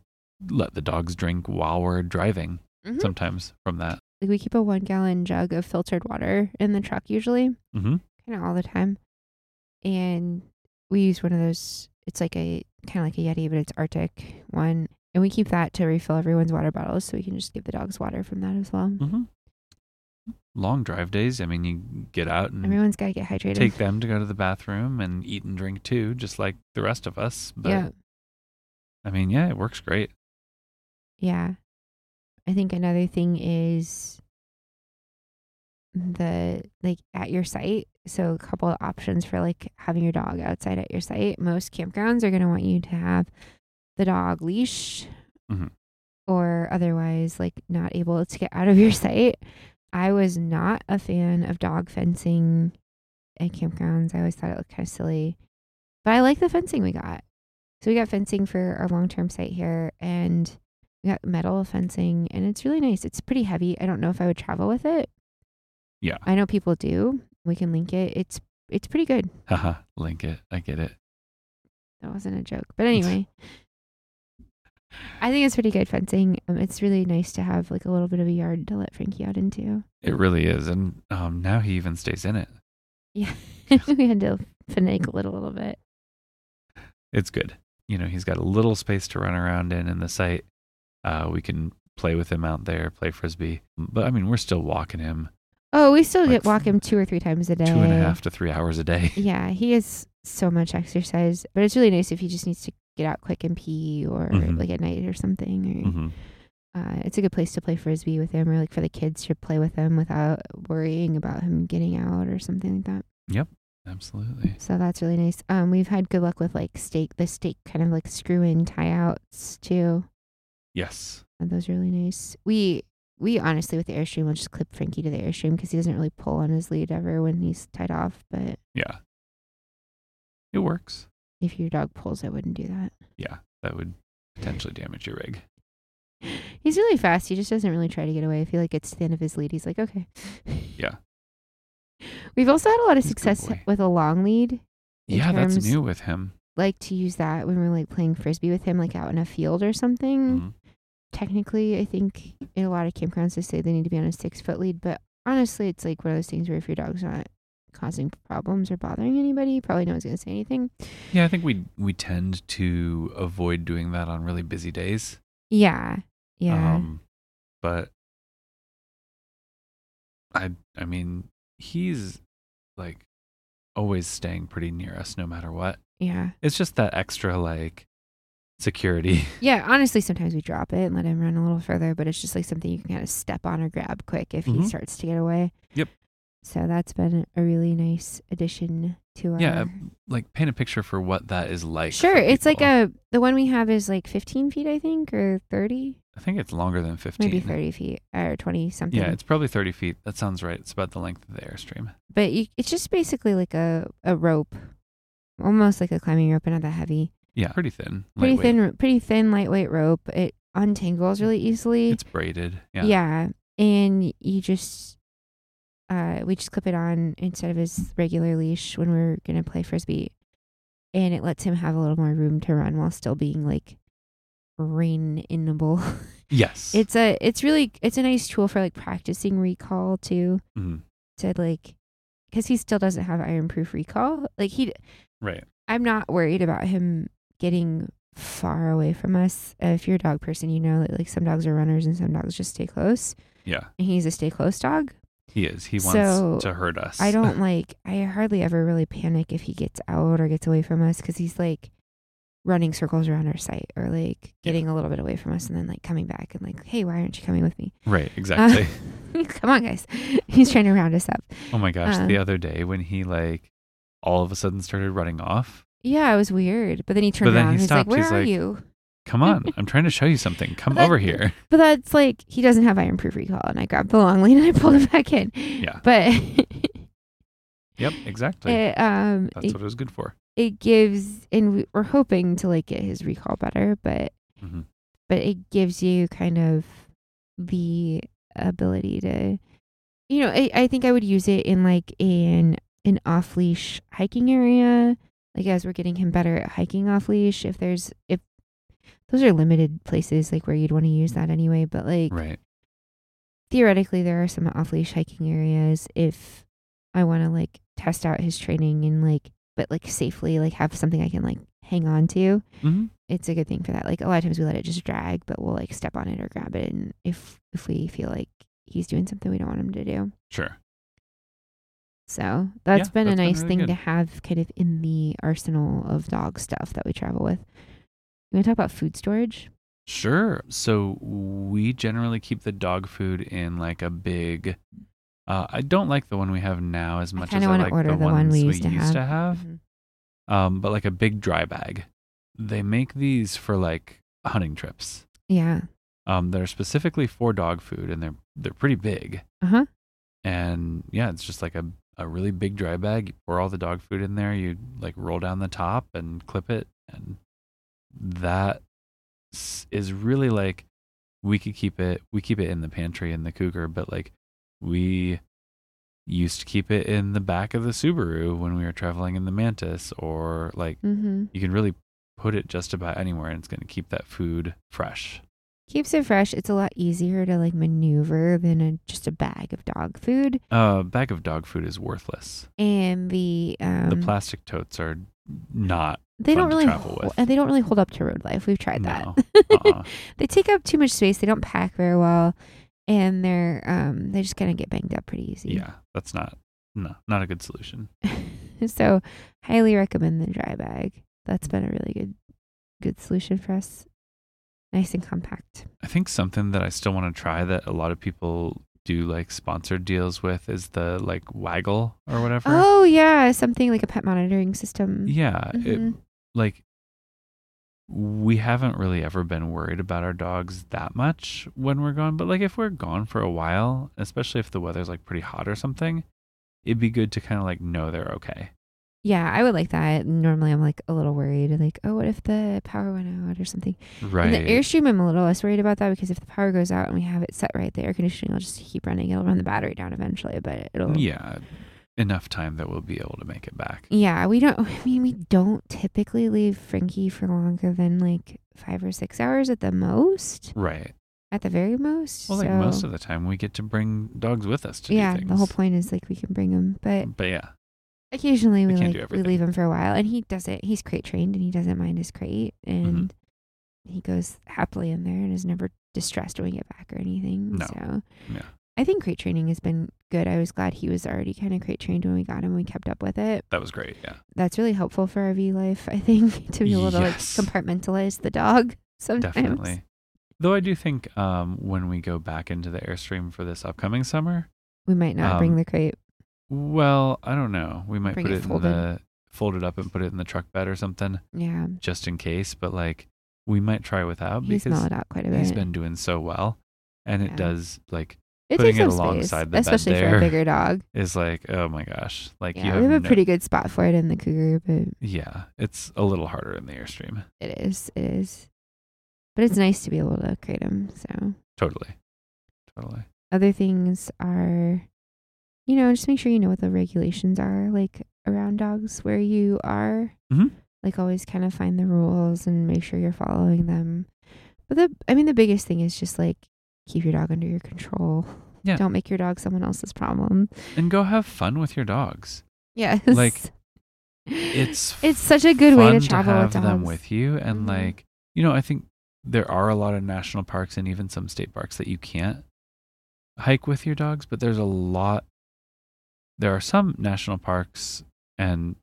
Speaker 2: let the dogs drink while we're driving
Speaker 1: Mhm.
Speaker 2: sometimes from that.
Speaker 1: like we keep a one gallon jug of filtered water in the truck usually,
Speaker 2: Mm-hmm.
Speaker 1: kind of all the time, and we use one of those. It's like a kind of like a Yeti, but it's Arctic one, and we keep that to refill everyone's water bottles, so we can just give the dogs water from that as well.
Speaker 2: Mm-hmm. Long drive days. I mean, you get out and
Speaker 1: Everyone's got to get hydrated.
Speaker 2: Mm. take them to go to the bathroom and eat and drink too, just like the rest of us. But
Speaker 1: yeah,
Speaker 2: I mean, yeah, it works great.
Speaker 1: yeah. I think another thing is the like at your site. So a couple of options for like having your dog outside at your site. Most campgrounds are going to want you to have the dog leash
Speaker 2: Mhm.
Speaker 1: or otherwise like not able to get out of your site. I was not a fan of dog fencing at campgrounds. I always thought it looked kind of silly. But I like the fencing we got. So we got fencing for our long-term site here and we got metal fencing and it's really nice. It's pretty heavy. I don't know if I would travel with it.
Speaker 2: Yeah.
Speaker 1: I know people do. We can link it. It's it's pretty good.
Speaker 2: Haha, link it. I get it.
Speaker 1: That wasn't a joke. But anyway, I think it's pretty good fencing. Um, it's really nice to have like a little bit of a yard to let Frankie out into.
Speaker 2: It really is, and um, now he even stays in it.
Speaker 1: Yeah. we had to finagle it a little bit.
Speaker 2: It's good. You know, he's got a little space to run around in in the site. Uh, we can play with him out there, play frisbee. But I mean, we're still walking him
Speaker 1: Oh, we still
Speaker 2: Like
Speaker 1: get walk him two or three times a day.
Speaker 2: two and a half to three hours a day.
Speaker 1: Yeah, he is so much exercise, but it's really nice if he just needs to get out quick and pee or
Speaker 2: Mhm.
Speaker 1: like at night or something. Or,
Speaker 2: hmm
Speaker 1: uh, it's a good place to play frisbee with him, or like for the kids to play with him without worrying about him getting out or something like that.
Speaker 2: Absolutely.
Speaker 1: So that's really nice. Um, we've had good luck with like stake, the stake kind of like screw in tie outs too.
Speaker 2: Yes.
Speaker 1: And those are really nice. We we honestly with the airstream, we'll just clip Frankie to the airstream because he doesn't really pull on his lead ever when he's tied off. But
Speaker 2: Yeah. It works.
Speaker 1: if your dog pulls, I wouldn't do that.
Speaker 2: Yeah. That would potentially damage your rig.
Speaker 1: He's really fast. He just doesn't really try to get away. If he like gets to the end of his lead, he's like, okay.
Speaker 2: Yeah.
Speaker 1: We've also had a lot of
Speaker 2: He's a good
Speaker 1: success
Speaker 2: boy.
Speaker 1: with a long lead. In
Speaker 2: yeah, that's
Speaker 1: terms-
Speaker 2: new with him.
Speaker 1: Like to use that when we're like playing frisbee with him, like out in a field or something.
Speaker 2: Mhm.
Speaker 1: Technically, I think in a lot of campgrounds they say they need to be on a six foot lead, but honestly, it's like one of those things where if your dog's not causing problems or bothering anybody, probably no one's gonna say anything.
Speaker 2: Yeah, I think we we tend to avoid doing that on really busy days.
Speaker 1: Yeah, yeah,
Speaker 2: Um, but I I mean he's like always staying pretty near us no matter what.
Speaker 1: yeah,
Speaker 2: It's just that extra like security.
Speaker 1: yeah. Honestly, sometimes we drop it and let him run a little further, but it's just like something you can kind of step on or grab quick if he
Speaker 2: Mhm.
Speaker 1: starts to get away.
Speaker 2: Yep.
Speaker 1: So that's been a really nice addition to our
Speaker 2: Yeah, like paint a picture for what that is like. for
Speaker 1: Sure, it's like
Speaker 2: people.
Speaker 1: a the one we have is like 15 feet, I think, or 30,
Speaker 2: I think it's longer than 15.
Speaker 1: maybe 30 feet or 20 something.
Speaker 2: Yeah, it's probably 30 feet. That sounds right. It's about the length of the airstream.
Speaker 1: but you, it's just basically like a a rope, almost like a climbing rope, but not that heavy.
Speaker 2: Yeah, pretty thin.
Speaker 1: Pretty
Speaker 2: lightweight.
Speaker 1: thin, pretty thin, lightweight rope. It untangles really easily.
Speaker 2: It's braided. Yeah.
Speaker 1: Yeah. And you just, uh, we just clip it on instead of his regular leash when we're going to play frisbee. And it lets him have a little more room to run while still being like rein inable.
Speaker 2: Yes.
Speaker 1: it's a, it's really, it's a nice tool for like practicing recall too.
Speaker 2: Mhm.
Speaker 1: To like, cause he still doesn't have iron proof recall. Like he,
Speaker 2: right.
Speaker 1: I'm not worried about him getting far away from us. Uh, if you're a dog person, you know that like some dogs are runners and some dogs just stay close.
Speaker 2: Yeah.
Speaker 1: And he's a stay close dog.
Speaker 2: He is. He wants
Speaker 1: So,
Speaker 2: to hurt us.
Speaker 1: I don't like. I hardly ever really panic if he gets out or gets away from us because he's like running circles around our site or like getting a little bit away from us and then like coming back and like, hey, why aren't you coming with me?
Speaker 2: Right. Exactly.
Speaker 1: Come on, guys. he's trying to round us up.
Speaker 2: oh my gosh.
Speaker 1: um,
Speaker 2: the other day when he like all of a sudden started running off.
Speaker 1: Yeah, it was weird. But then he turned
Speaker 2: But then
Speaker 1: around. and
Speaker 2: he
Speaker 1: he's
Speaker 2: stopped.
Speaker 1: like, where
Speaker 2: He's
Speaker 1: are
Speaker 2: like-
Speaker 1: you?
Speaker 2: Come on. I'm trying to show you something. Come
Speaker 1: But
Speaker 2: over
Speaker 1: that-
Speaker 2: here.
Speaker 1: But that's like he doesn't have iron proof recall, and I grabbed the long lead and I pulled it back in.
Speaker 2: Yeah.
Speaker 1: But
Speaker 2: Yep. Exactly.
Speaker 1: it, um,
Speaker 2: That's
Speaker 1: it,
Speaker 2: what it was good for.
Speaker 1: it gives, and we- we're hoping to like get his recall better, but
Speaker 2: Mhm.
Speaker 1: but it gives you kind of the ability to, you know, I, I think I would use it in like in an off leash hiking area, like as we're getting him better at hiking off leash. If there's if those are limited places like where you'd want to use that anyway, but like
Speaker 2: Right.
Speaker 1: theoretically there are some off leash hiking areas if I want to like test out his training and like but like safely like have something I can like hang on to.
Speaker 2: Mhm.
Speaker 1: It's a good thing for that. Like a lot of times we let it just drag, but we'll like step on it or grab it and if if we feel like he's doing something we don't want him to do.
Speaker 2: Sure.
Speaker 1: So that's
Speaker 2: Yeah,
Speaker 1: been a
Speaker 2: that's been
Speaker 1: nice
Speaker 2: really
Speaker 1: thing
Speaker 2: good.
Speaker 1: to have kind of in the arsenal of dog stuff that we travel with. You want to talk about food storage?
Speaker 2: Sure. So we generally keep the dog food in like a big. Uh, I don't like the one we have now as much as
Speaker 1: kinda
Speaker 2: I
Speaker 1: wanna
Speaker 2: like
Speaker 1: order
Speaker 2: the,
Speaker 1: the one
Speaker 2: ones
Speaker 1: we
Speaker 2: we
Speaker 1: used to have. Mhm.
Speaker 2: Um, but like a big dry bag. They make these for like hunting trips.
Speaker 1: Yeah.
Speaker 2: Um, they're specifically for dog food, and they're they're pretty big.
Speaker 1: Uh huh.
Speaker 2: And yeah, it's just like a a really big dry bag. You pour all the dog food in there. You like roll down the top and clip it, and that s- is really like we could keep it. We keep it in the pantry in the Cougar, but like we used to keep it in the back of the Subaru when we were traveling in the Mantis, or like
Speaker 1: Mm-hmm.
Speaker 2: you can really put it just about anywhere and it's going to keep that food fresh.
Speaker 1: keeps it fresh. It's a lot easier to like maneuver than a, just a bag of dog food.
Speaker 2: A uh, bag of dog food is worthless.
Speaker 1: And the um,
Speaker 2: the plastic totes are not.
Speaker 1: they
Speaker 2: fun
Speaker 1: don't
Speaker 2: to
Speaker 1: really
Speaker 2: travel
Speaker 1: hol-
Speaker 2: with.
Speaker 1: and they don't really hold up to road life. We've tried
Speaker 2: No.
Speaker 1: that.
Speaker 2: Uh-uh.
Speaker 1: they take up too much space. They don't pack very well, and they're um they just kind of get banged up pretty easy.
Speaker 2: yeah, that's not no, not a good solution.
Speaker 1: so highly recommend the dry bag. That's been a really good good solution for us. Nice and compact.
Speaker 2: I think something that I still want to try that a lot of people do like sponsored deals with is the like waggle or whatever.
Speaker 1: Oh yeah, something like a pet monitoring system.
Speaker 2: Yeah, it-
Speaker 1: Mhm.
Speaker 2: like we haven't really ever been worried about our dogs that much when we're gone but like if we're gone for a while especially if the weather's like pretty hot or something it'd be good to kind of like know they're okay
Speaker 1: Yeah, I would like that. Normally, I'm like a little worried, like, oh, what if the power went out or something. In
Speaker 2: right
Speaker 1: the Airstream, I'm a little less worried about that because if the power goes out and we have it set right, the air conditioning will just keep running. It'll run the battery down eventually, but it'll.
Speaker 2: yeah enough time that we'll be able to make it back
Speaker 1: Yeah, we don't. I mean, we don't typically leave Frankie for longer than like five or six hours at the most,
Speaker 2: right
Speaker 1: at the very most.
Speaker 2: well like
Speaker 1: so,
Speaker 2: most of the time we get to bring dogs with us to do
Speaker 1: yeah,
Speaker 2: things.
Speaker 1: the whole point is like we can bring him, but
Speaker 2: but yeah
Speaker 1: occasionally we
Speaker 2: We can't
Speaker 1: like
Speaker 2: do
Speaker 1: we
Speaker 2: everything.
Speaker 1: leave him for a while and he doesn't he's crate trained and he doesn't mind his crate
Speaker 2: Mm-hmm.
Speaker 1: and he goes happily in there and is never distressed when we get back or anything
Speaker 2: No.
Speaker 1: so
Speaker 2: Yeah.
Speaker 1: i think crate training has been good i was glad he was already kind of crate trained when we got him we kept up with it
Speaker 2: that was great yeah
Speaker 1: that's really helpful for rv life i think to be able to like
Speaker 2: Yes.
Speaker 1: compartmentalize the dog sometimes
Speaker 2: definitely though i do think um when we go back into the airstream for this upcoming summer
Speaker 1: we might not bring
Speaker 2: Um,
Speaker 1: the crate
Speaker 2: Well, I don't know. We might
Speaker 1: Bring
Speaker 2: put
Speaker 1: it
Speaker 2: it, in
Speaker 1: folded.
Speaker 2: the fold it up and put it in the truck bed or something
Speaker 1: yeah
Speaker 2: just in case. But like we might try without
Speaker 1: he's
Speaker 2: because
Speaker 1: mellowed out quite a bit
Speaker 2: he's been doing so well, and it
Speaker 1: Yeah.
Speaker 2: does like
Speaker 1: it
Speaker 2: putting
Speaker 1: takes
Speaker 2: it
Speaker 1: up space,
Speaker 2: alongside the bed
Speaker 1: especially for
Speaker 2: there.
Speaker 1: a bigger dog
Speaker 2: is like oh my gosh, like
Speaker 1: yeah
Speaker 2: you
Speaker 1: we have a
Speaker 2: no-
Speaker 1: pretty good spot for it in the cougar but
Speaker 2: yeah. It's a little harder in the airstream.
Speaker 1: It is. It is. But it's nice to be able to create them. So
Speaker 2: Totally. Totally.
Speaker 1: other things are, you know, just make sure you know what the regulations are like around dogs where you are.
Speaker 2: Mhm.
Speaker 1: Like always, kind of find the rules and make sure you're following them. But the, I mean, the biggest thing is just like keep your dog under your control.
Speaker 2: Yeah.
Speaker 1: Don't make your dog someone else's problem.
Speaker 2: And go have fun with your dogs.
Speaker 1: Yes.
Speaker 2: Like, It's
Speaker 1: it's such a good way
Speaker 2: fun
Speaker 1: to travel
Speaker 2: have
Speaker 1: with dogs.
Speaker 2: them with you and
Speaker 1: Mhm.
Speaker 2: like you know i think there are a lot of national parks and even some state parks that you can't hike with your dogs but there's a lot there are some national parks and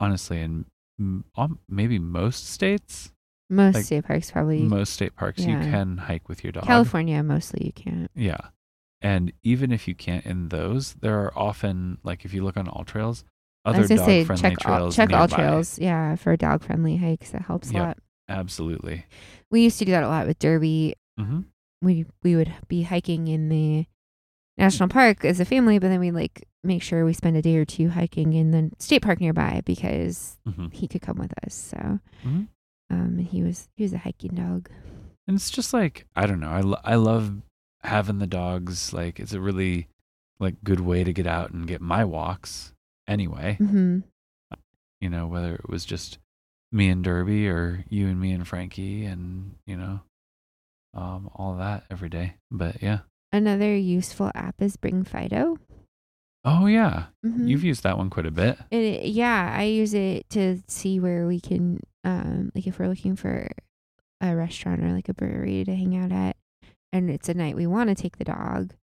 Speaker 2: honestly in m- al- maybe most states
Speaker 1: Most
Speaker 2: like,
Speaker 1: state parks probably.
Speaker 2: most state parks
Speaker 1: yeah.
Speaker 2: you can hike with your dog
Speaker 1: California mostly you can't.
Speaker 2: yeah. And even if you can't in those, there are often like if you look on all trails,
Speaker 1: I
Speaker 2: other
Speaker 1: was gonna
Speaker 2: dog
Speaker 1: say
Speaker 2: friendly
Speaker 1: check all
Speaker 2: trails.
Speaker 1: check all
Speaker 2: nearby.
Speaker 1: trails, yeah, for dog friendly hikes. That helps
Speaker 2: Yep.
Speaker 1: a lot.
Speaker 2: Absolutely.
Speaker 1: We used to do that a lot with Derby.
Speaker 2: hmm
Speaker 1: We we would be hiking in the national park as a family, but then we like make sure we spend a day or two hiking in the state park nearby because
Speaker 2: hmm
Speaker 1: he could come with us. So
Speaker 2: Mhm.
Speaker 1: um and he was he was a hiking dog.
Speaker 2: And it's just like I don't know. I lo- I love having the dogs. Like it's a really like good way to get out and get my walks. Anyway,
Speaker 1: hmm
Speaker 2: you know whether it was just me and Derby or you and me and Frankie and you know um all that every day. But yeah.
Speaker 1: Another useful app is Bring Fido.
Speaker 2: Oh yeah.
Speaker 1: Mhm.
Speaker 2: You've used that one quite a bit.
Speaker 1: And it, yeah, I use it to see where we can, um, like if we're looking for a restaurant or like a brewery to hang out at, and it's a night we want to take the dog,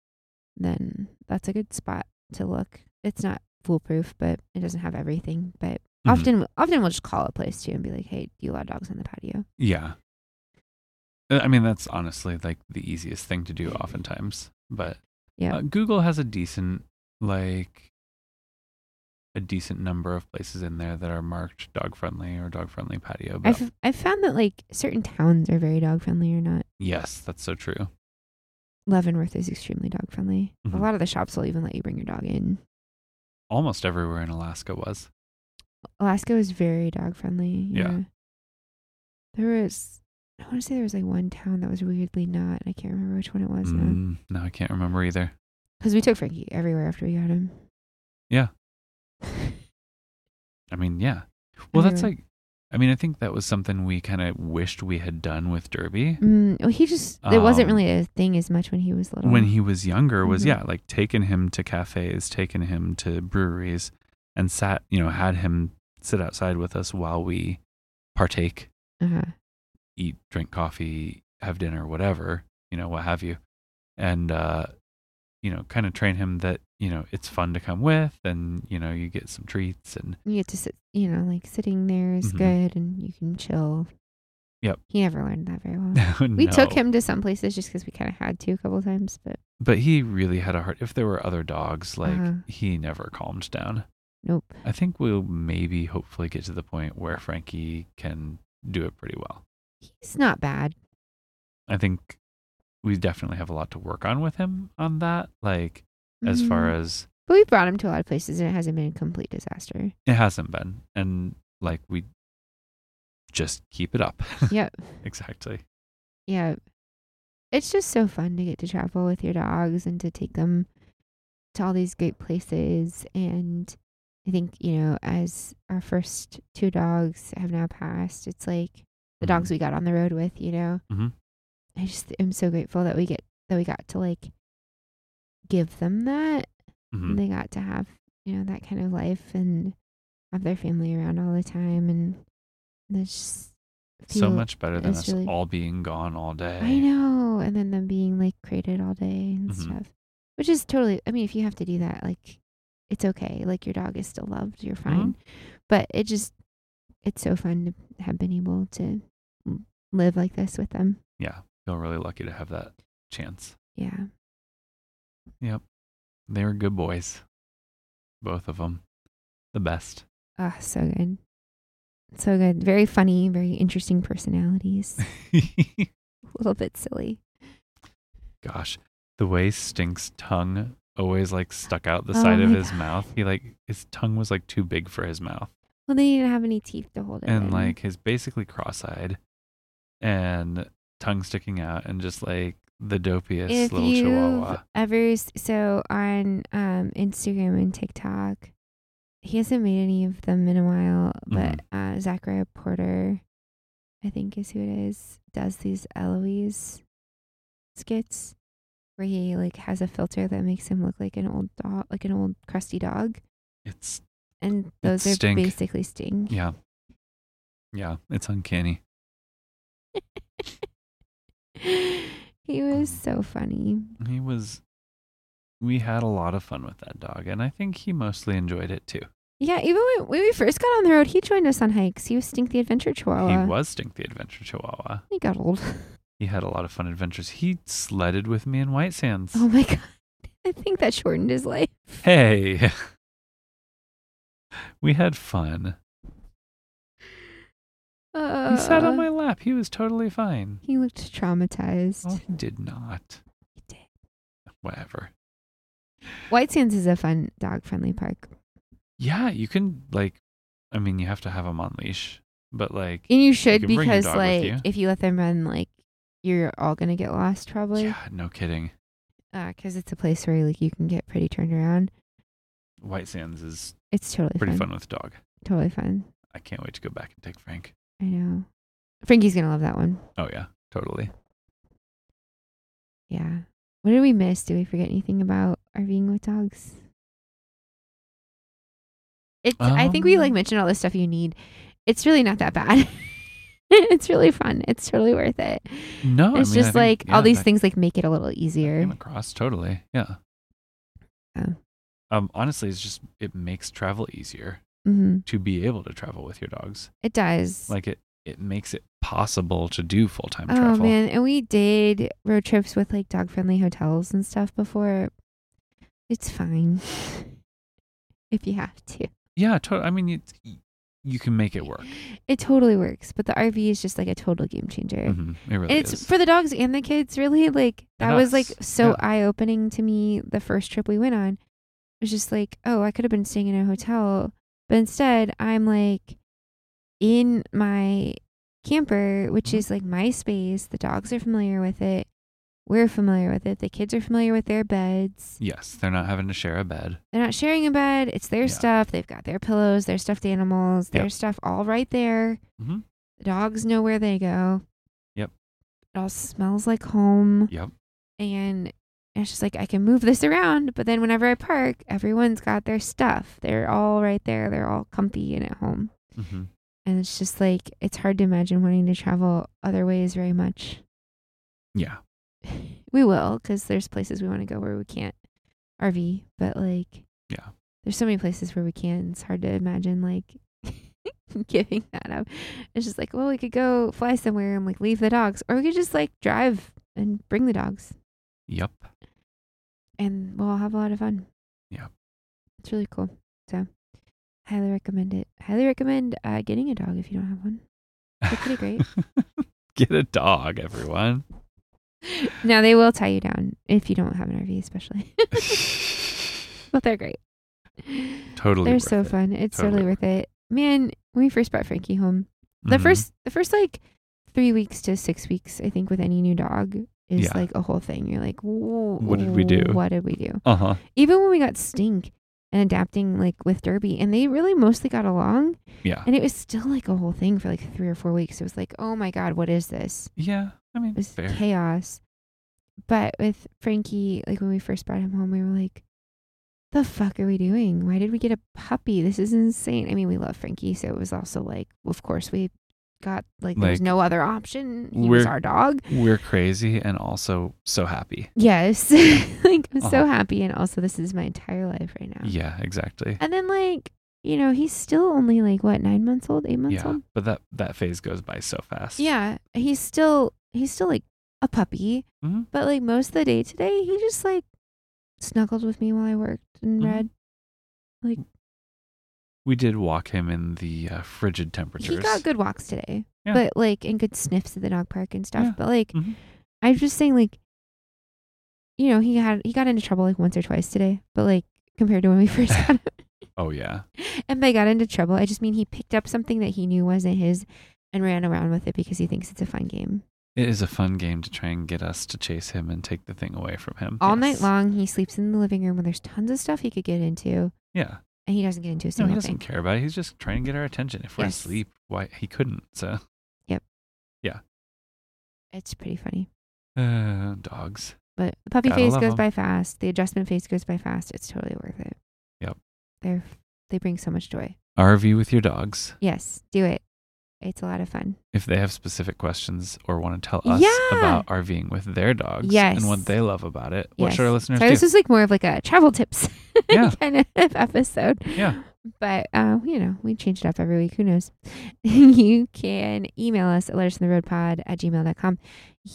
Speaker 1: then that's a good spot to look. It's not foolproof, but it doesn't have everything. But
Speaker 2: Mhm.
Speaker 1: often, often we'll just call a place too and be like, "Hey, do you allow dogs on the patio?"
Speaker 2: Yeah. Uh, I mean, that's honestly like the easiest thing to do oftentimes. But
Speaker 1: Yeah.
Speaker 2: uh, Google has a decent, like, a decent number of places in there that are marked dog friendly or dog friendly patio. But
Speaker 1: I've I've found that like certain towns are very dog friendly or not.
Speaker 2: yes, that's so true.
Speaker 1: Leavenworth is extremely dog friendly.
Speaker 2: Mhm.
Speaker 1: A lot of the shops will even let you bring your dog in.
Speaker 2: Almost everywhere in Alaska was.
Speaker 1: Alaska was very dog friendly.
Speaker 2: Yeah.
Speaker 1: There was, I want to say there was like one town that was weirdly not. and I can't remember which one it was now.
Speaker 2: Mm, no, I can't remember either.
Speaker 1: Because we took Frankie everywhere after we got him.
Speaker 2: Yeah. I mean, yeah. Well, that's
Speaker 1: Everywhere.
Speaker 2: like, I mean, I think that was something we kind of wished we had done with Derby.
Speaker 1: Mm, well, he just, it wasn't
Speaker 2: Um,
Speaker 1: really a thing as much when he was little.
Speaker 2: when he was younger was
Speaker 1: Mhm.
Speaker 2: yeah like taking him to cafes taking him to breweries and sat you know had him sit outside with us while we partake
Speaker 1: uh
Speaker 2: eat drink coffee have dinner whatever you know what have you and uh you know kind of train him that you know it's fun to come with and you know you get some treats and
Speaker 1: You get to sit, you know, like sitting there is
Speaker 2: Mhm.
Speaker 1: good and you can chill.
Speaker 2: Yep.
Speaker 1: He never learned that very well. We
Speaker 2: No.
Speaker 1: took him to some places just because we kind of had to a couple times, but
Speaker 2: but he really had a heart if there were other dogs like
Speaker 1: Uh-huh.
Speaker 2: he never calmed down
Speaker 1: nope.
Speaker 2: I think we'll maybe hopefully get to the point where Frankie can do it pretty well.
Speaker 1: He's not bad.
Speaker 2: I think we definitely have a lot to work on with him on that. Like, as
Speaker 1: Mhm.
Speaker 2: far as
Speaker 1: But we brought him to a lot of places and it hasn't been a complete disaster.
Speaker 2: it hasn't been, and like, we just keep it up.
Speaker 1: Yep.
Speaker 2: exactly.
Speaker 1: Yeah. It's just so fun to get to travel with your dogs and to take them to all these great places. And I think, you know, as our first two dogs have now passed, it's like the
Speaker 2: Mhm.
Speaker 1: dogs we got on the road with, you know.
Speaker 2: Mhm.
Speaker 1: I just am so grateful that we get that we got to like give them that
Speaker 2: Mhm.
Speaker 1: and they got to have you know that kind of life and have their family around all the time and there's just
Speaker 2: So
Speaker 1: feel-
Speaker 2: much better than
Speaker 1: it's
Speaker 2: us
Speaker 1: really-
Speaker 2: all being gone all day.
Speaker 1: I know. And then them being like crated all day and
Speaker 2: Mhm.
Speaker 1: stuff, which is totally, I mean, if you have to do that, like it's okay. Like your dog is still loved. You're fine. But it just, it's so fun to have been able to l- live like this with them.
Speaker 2: Yeah. Feel really lucky to have that chance.
Speaker 1: Yeah.
Speaker 2: They were good boys, both of them. The best.
Speaker 1: Ah, so good. So good. Very funny, very interesting personalities. A little bit silly.
Speaker 2: gosh the way stink's tongue always like stuck out the side
Speaker 1: Oh
Speaker 2: of
Speaker 1: my
Speaker 2: his
Speaker 1: God.
Speaker 2: mouth he like his tongue was like too big for his mouth
Speaker 1: Well, they didn't have any teeth to hold it.
Speaker 2: and
Speaker 1: in.
Speaker 2: like his basically cross-eyed and tongue sticking out and just like the dopiest
Speaker 1: if
Speaker 2: little
Speaker 1: you've
Speaker 2: chihuahua.
Speaker 1: ever s- so on um, Instagram and TikTok, he hasn't made any of them in a while, but
Speaker 2: Mm-hmm.
Speaker 1: uh, Zachariah Porter, I think is who it is, does these Eloise skits where he like has a filter that makes him look like an old dog, like an old crusty dog,
Speaker 2: It's
Speaker 1: and those are
Speaker 2: stink.
Speaker 1: basically sting.
Speaker 2: yeah. Yeah, it's uncanny.
Speaker 1: he was so funny.
Speaker 2: He was we had a lot of fun with that dog and I think he mostly enjoyed it too.
Speaker 1: Yeah, even when, when we first got on the road, he joined us on hikes. He was Stink the Adventure Chihuahua.
Speaker 2: He was Stink the Adventure Chihuahua.
Speaker 1: He got old.
Speaker 2: He had a lot of fun adventures. He sledded with me in White Sands.
Speaker 1: Oh my god. I think that shortened his life.
Speaker 2: Hey. we had fun.
Speaker 1: Uh,
Speaker 2: he sat on my lap. He was totally fine.
Speaker 1: He looked traumatized.
Speaker 2: Oh, he did not.
Speaker 1: He did.
Speaker 2: Whatever.
Speaker 1: White Sands is a fun dog friendly park.
Speaker 2: Yeah, you can like I mean, you have to have him on leash, but like
Speaker 1: And you should
Speaker 2: can bring your
Speaker 1: because
Speaker 2: dog with
Speaker 1: like
Speaker 2: you.
Speaker 1: if you let them run like you're all going to get lost probably
Speaker 2: yeah, no kidding.
Speaker 1: because it's a place where like you can get pretty turned around.
Speaker 2: White Sands is
Speaker 1: It's totally
Speaker 2: pretty fun with dog.
Speaker 1: Totally fun.
Speaker 2: I can't wait to go back and take Frank.
Speaker 1: I know. Frankie's going to love that one.
Speaker 2: Oh yeah, totally.
Speaker 1: Yeah. What did we miss? Did we forget anything about RVing with dogs? It's, I think we
Speaker 2: Um,
Speaker 1: like mentioned all the stuff you need. It's really not that bad. it's really fun. It's totally worth it. it's
Speaker 2: No, Oh, I mean, I
Speaker 1: just
Speaker 2: think-
Speaker 1: like
Speaker 2: yeah,
Speaker 1: all these
Speaker 2: that-
Speaker 1: things like make it a little
Speaker 2: that
Speaker 1: easier.
Speaker 2: Came across totally, yeah.
Speaker 1: Yeah.
Speaker 2: Um, honestly, it's just it makes travel easier
Speaker 1: hmm
Speaker 2: to be able to travel with your dogs.
Speaker 1: It does.
Speaker 2: Like it, it makes it possible to do full time
Speaker 1: oh
Speaker 2: travel.
Speaker 1: man, and we did road trips with like dog friendly hotels and stuff before. It's fine if you have to.
Speaker 2: Yeah, totally. I mean, it, you can make it work.
Speaker 1: It totally works, but the RV is just like a total game changer.
Speaker 2: Mhm, It really
Speaker 1: it's
Speaker 2: is.
Speaker 1: for the dogs and the kids really like that
Speaker 2: And
Speaker 1: was like
Speaker 2: us,
Speaker 1: so
Speaker 2: yeah.
Speaker 1: eye-opening to me the first trip we went on it was just like oh i could have been staying in a hotel but instead i'm like in my camper which
Speaker 2: Mhm.
Speaker 1: is like my space the dogs are familiar with it we're familiar with it the kids are familiar with their beds
Speaker 2: yes, they're not having to share a bed.
Speaker 1: they're not sharing a bed it's their
Speaker 2: Yeah.
Speaker 1: stuff they've got their pillows their stuffed animals their
Speaker 2: Yep.
Speaker 1: stuff all right there
Speaker 2: Mhm.
Speaker 1: the dogs know where they go
Speaker 2: Yep.
Speaker 1: it all smells like home
Speaker 2: Yep.
Speaker 1: and it's just like I can move this around, but then whenever I park, everyone's got their stuff. They're all right there. They're all comfy and at home.
Speaker 2: hmm
Speaker 1: And it's just like it's hard to imagine wanting to travel other ways very much.
Speaker 2: Yeah.
Speaker 1: We will cuz there's places we want to go where we can't RV, but like
Speaker 2: Yeah.
Speaker 1: There's so many places where we can. It's hard to imagine like giving that up. It's just like, well, we could go fly somewhere and like leave the dogs or we could just like drive and bring the dogs.
Speaker 2: Yep.
Speaker 1: and we'll all have a lot of fun.
Speaker 2: Yeah.
Speaker 1: It's really cool. So, highly recommend it. Highly recommend uh, getting a dog if you don't have one. They're pretty great.
Speaker 2: Get a dog, everyone.
Speaker 1: now, they will tie you down if you don't have an RV, especially, but they're great.
Speaker 2: totally.
Speaker 1: They're
Speaker 2: worth
Speaker 1: so
Speaker 2: it.
Speaker 1: fun. It's
Speaker 2: Totally
Speaker 1: totally worth it. Man, when we first brought Frankie home, the
Speaker 2: Mhm.
Speaker 1: first, the first like three weeks to six weeks, I think, with any new dog is
Speaker 2: Yeah.
Speaker 1: like a whole thing. You're like, what
Speaker 2: did we do?
Speaker 1: What did we do?
Speaker 2: Uh-huh.
Speaker 1: even when we got stink and adapting like with derby and they really mostly got along
Speaker 2: Yeah.
Speaker 1: and it was still like a whole thing for like three or four weeks it was like oh my god what is this
Speaker 2: Yeah. I mean,
Speaker 1: it was
Speaker 2: fair.
Speaker 1: chaos but with frankie like when we first brought him home we were like the fuck are we doing why did we get a puppy this is insane i mean we love frankie so it was also like of course we got like there's
Speaker 2: Like,
Speaker 1: no other option he was
Speaker 2: we're-
Speaker 1: our dog
Speaker 2: We're crazy and also so happy.
Speaker 1: yes like i'm so
Speaker 2: Uh-huh.
Speaker 1: happy and also this is my entire life right now
Speaker 2: Yeah, exactly.
Speaker 1: And then like, you know, he's still only like what, nine months old, eight months
Speaker 2: Yeah.
Speaker 1: old?
Speaker 2: But that that phase goes by so fast.
Speaker 1: Yeah. He's still he's still like a puppy.
Speaker 2: Mhm.
Speaker 1: But like most of the day today, he just like snuggled with me while I worked and
Speaker 2: Mhm.
Speaker 1: read.
Speaker 2: We did walk him in the uh, frigid temperatures.
Speaker 1: He got good walks today.
Speaker 2: Yeah.
Speaker 1: But like and good sniffs at the dog park and stuff.
Speaker 2: Yeah.
Speaker 1: But like
Speaker 2: Mhm.
Speaker 1: I was just saying like you know, he had he got into trouble like once or twice today, but like compared to when we first got him.
Speaker 2: Oh yeah.
Speaker 1: And by got into trouble, I just mean he picked up something that he knew wasn't his and ran around with it because he thinks it's a fun game.
Speaker 2: It is a fun game to try and get us to chase him and take the thing away from him.
Speaker 1: All night
Speaker 2: Yes.
Speaker 1: long, he sleeps in the living room where there's tons of stuff he could get into,
Speaker 2: Yeah.
Speaker 1: and he doesn't get into a
Speaker 2: No, he
Speaker 1: single
Speaker 2: doesn't
Speaker 1: thing.
Speaker 2: care about it. He's just trying to get our attention. If we're
Speaker 1: Yes.
Speaker 2: asleep, why he couldn't. So
Speaker 1: It's pretty funny.
Speaker 2: uh, dogs.
Speaker 1: But the puppy
Speaker 2: Gotta
Speaker 1: phase
Speaker 2: love
Speaker 1: goes
Speaker 2: 'em.
Speaker 1: by fast. The adjustment phase goes by fast. It's totally worth it.
Speaker 2: Yep.
Speaker 1: They're they bring so much joy.
Speaker 2: RV with your dogs.
Speaker 1: Yes, do it. It's a lot of fun.
Speaker 2: If they have specific questions or want to tell us
Speaker 1: Yeah.
Speaker 2: about RVing with their dogs
Speaker 1: Yes.
Speaker 2: and what they love about it, what
Speaker 1: Yes.
Speaker 2: should our listeners
Speaker 1: Sorry,
Speaker 2: do?
Speaker 1: this was like more of like a travel tips
Speaker 2: Yeah.
Speaker 1: kind of episode.
Speaker 2: Yeah.
Speaker 1: But uh, you know, we change it up every week. Who knows? you can email us at letters from the road pod at gmail.com.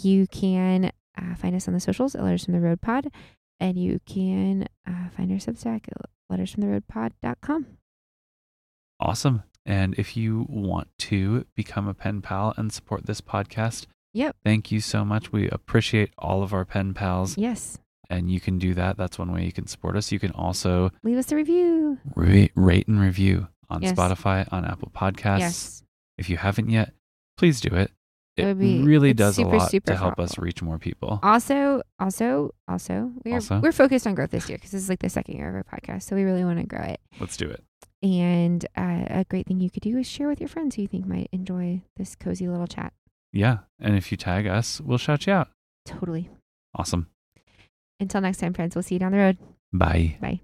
Speaker 1: You can uh, find us on the socials at letters from the road pod. And you can uh, find our substack at letters from the road pod.com.
Speaker 2: Awesome. And if you want to become a pen pal and support this podcast,
Speaker 1: Yep.
Speaker 2: Thank you so much. We appreciate all of our pen pals,
Speaker 1: Yes.
Speaker 2: and you can do that. That's one way you can support us. You can also
Speaker 1: Leave us a review.
Speaker 2: rate, rate and review on
Speaker 1: Yes.
Speaker 2: Spotify, on Apple Podcasts.
Speaker 1: Yes.
Speaker 2: If you haven't yet, please do it.
Speaker 1: That
Speaker 2: It
Speaker 1: would be-
Speaker 2: really
Speaker 1: it's
Speaker 2: does
Speaker 1: super,
Speaker 2: a lot
Speaker 1: super
Speaker 2: to help us
Speaker 1: helpful.
Speaker 2: reach more people.
Speaker 1: Also, also, also, we're
Speaker 2: Also?
Speaker 1: we're focused on growth this year because this is like the second year of our podcast, so we really want to grow it.
Speaker 2: Let's do it.
Speaker 1: And uh, a great thing you could do is share with your friends who you think might enjoy this cozy little chat.
Speaker 2: Yeah. And if you tag us, we'll shout you out.
Speaker 1: Totally.
Speaker 2: Awesome.
Speaker 1: Until next time, friends, we'll see you down the road.
Speaker 2: Bye.
Speaker 1: Bye.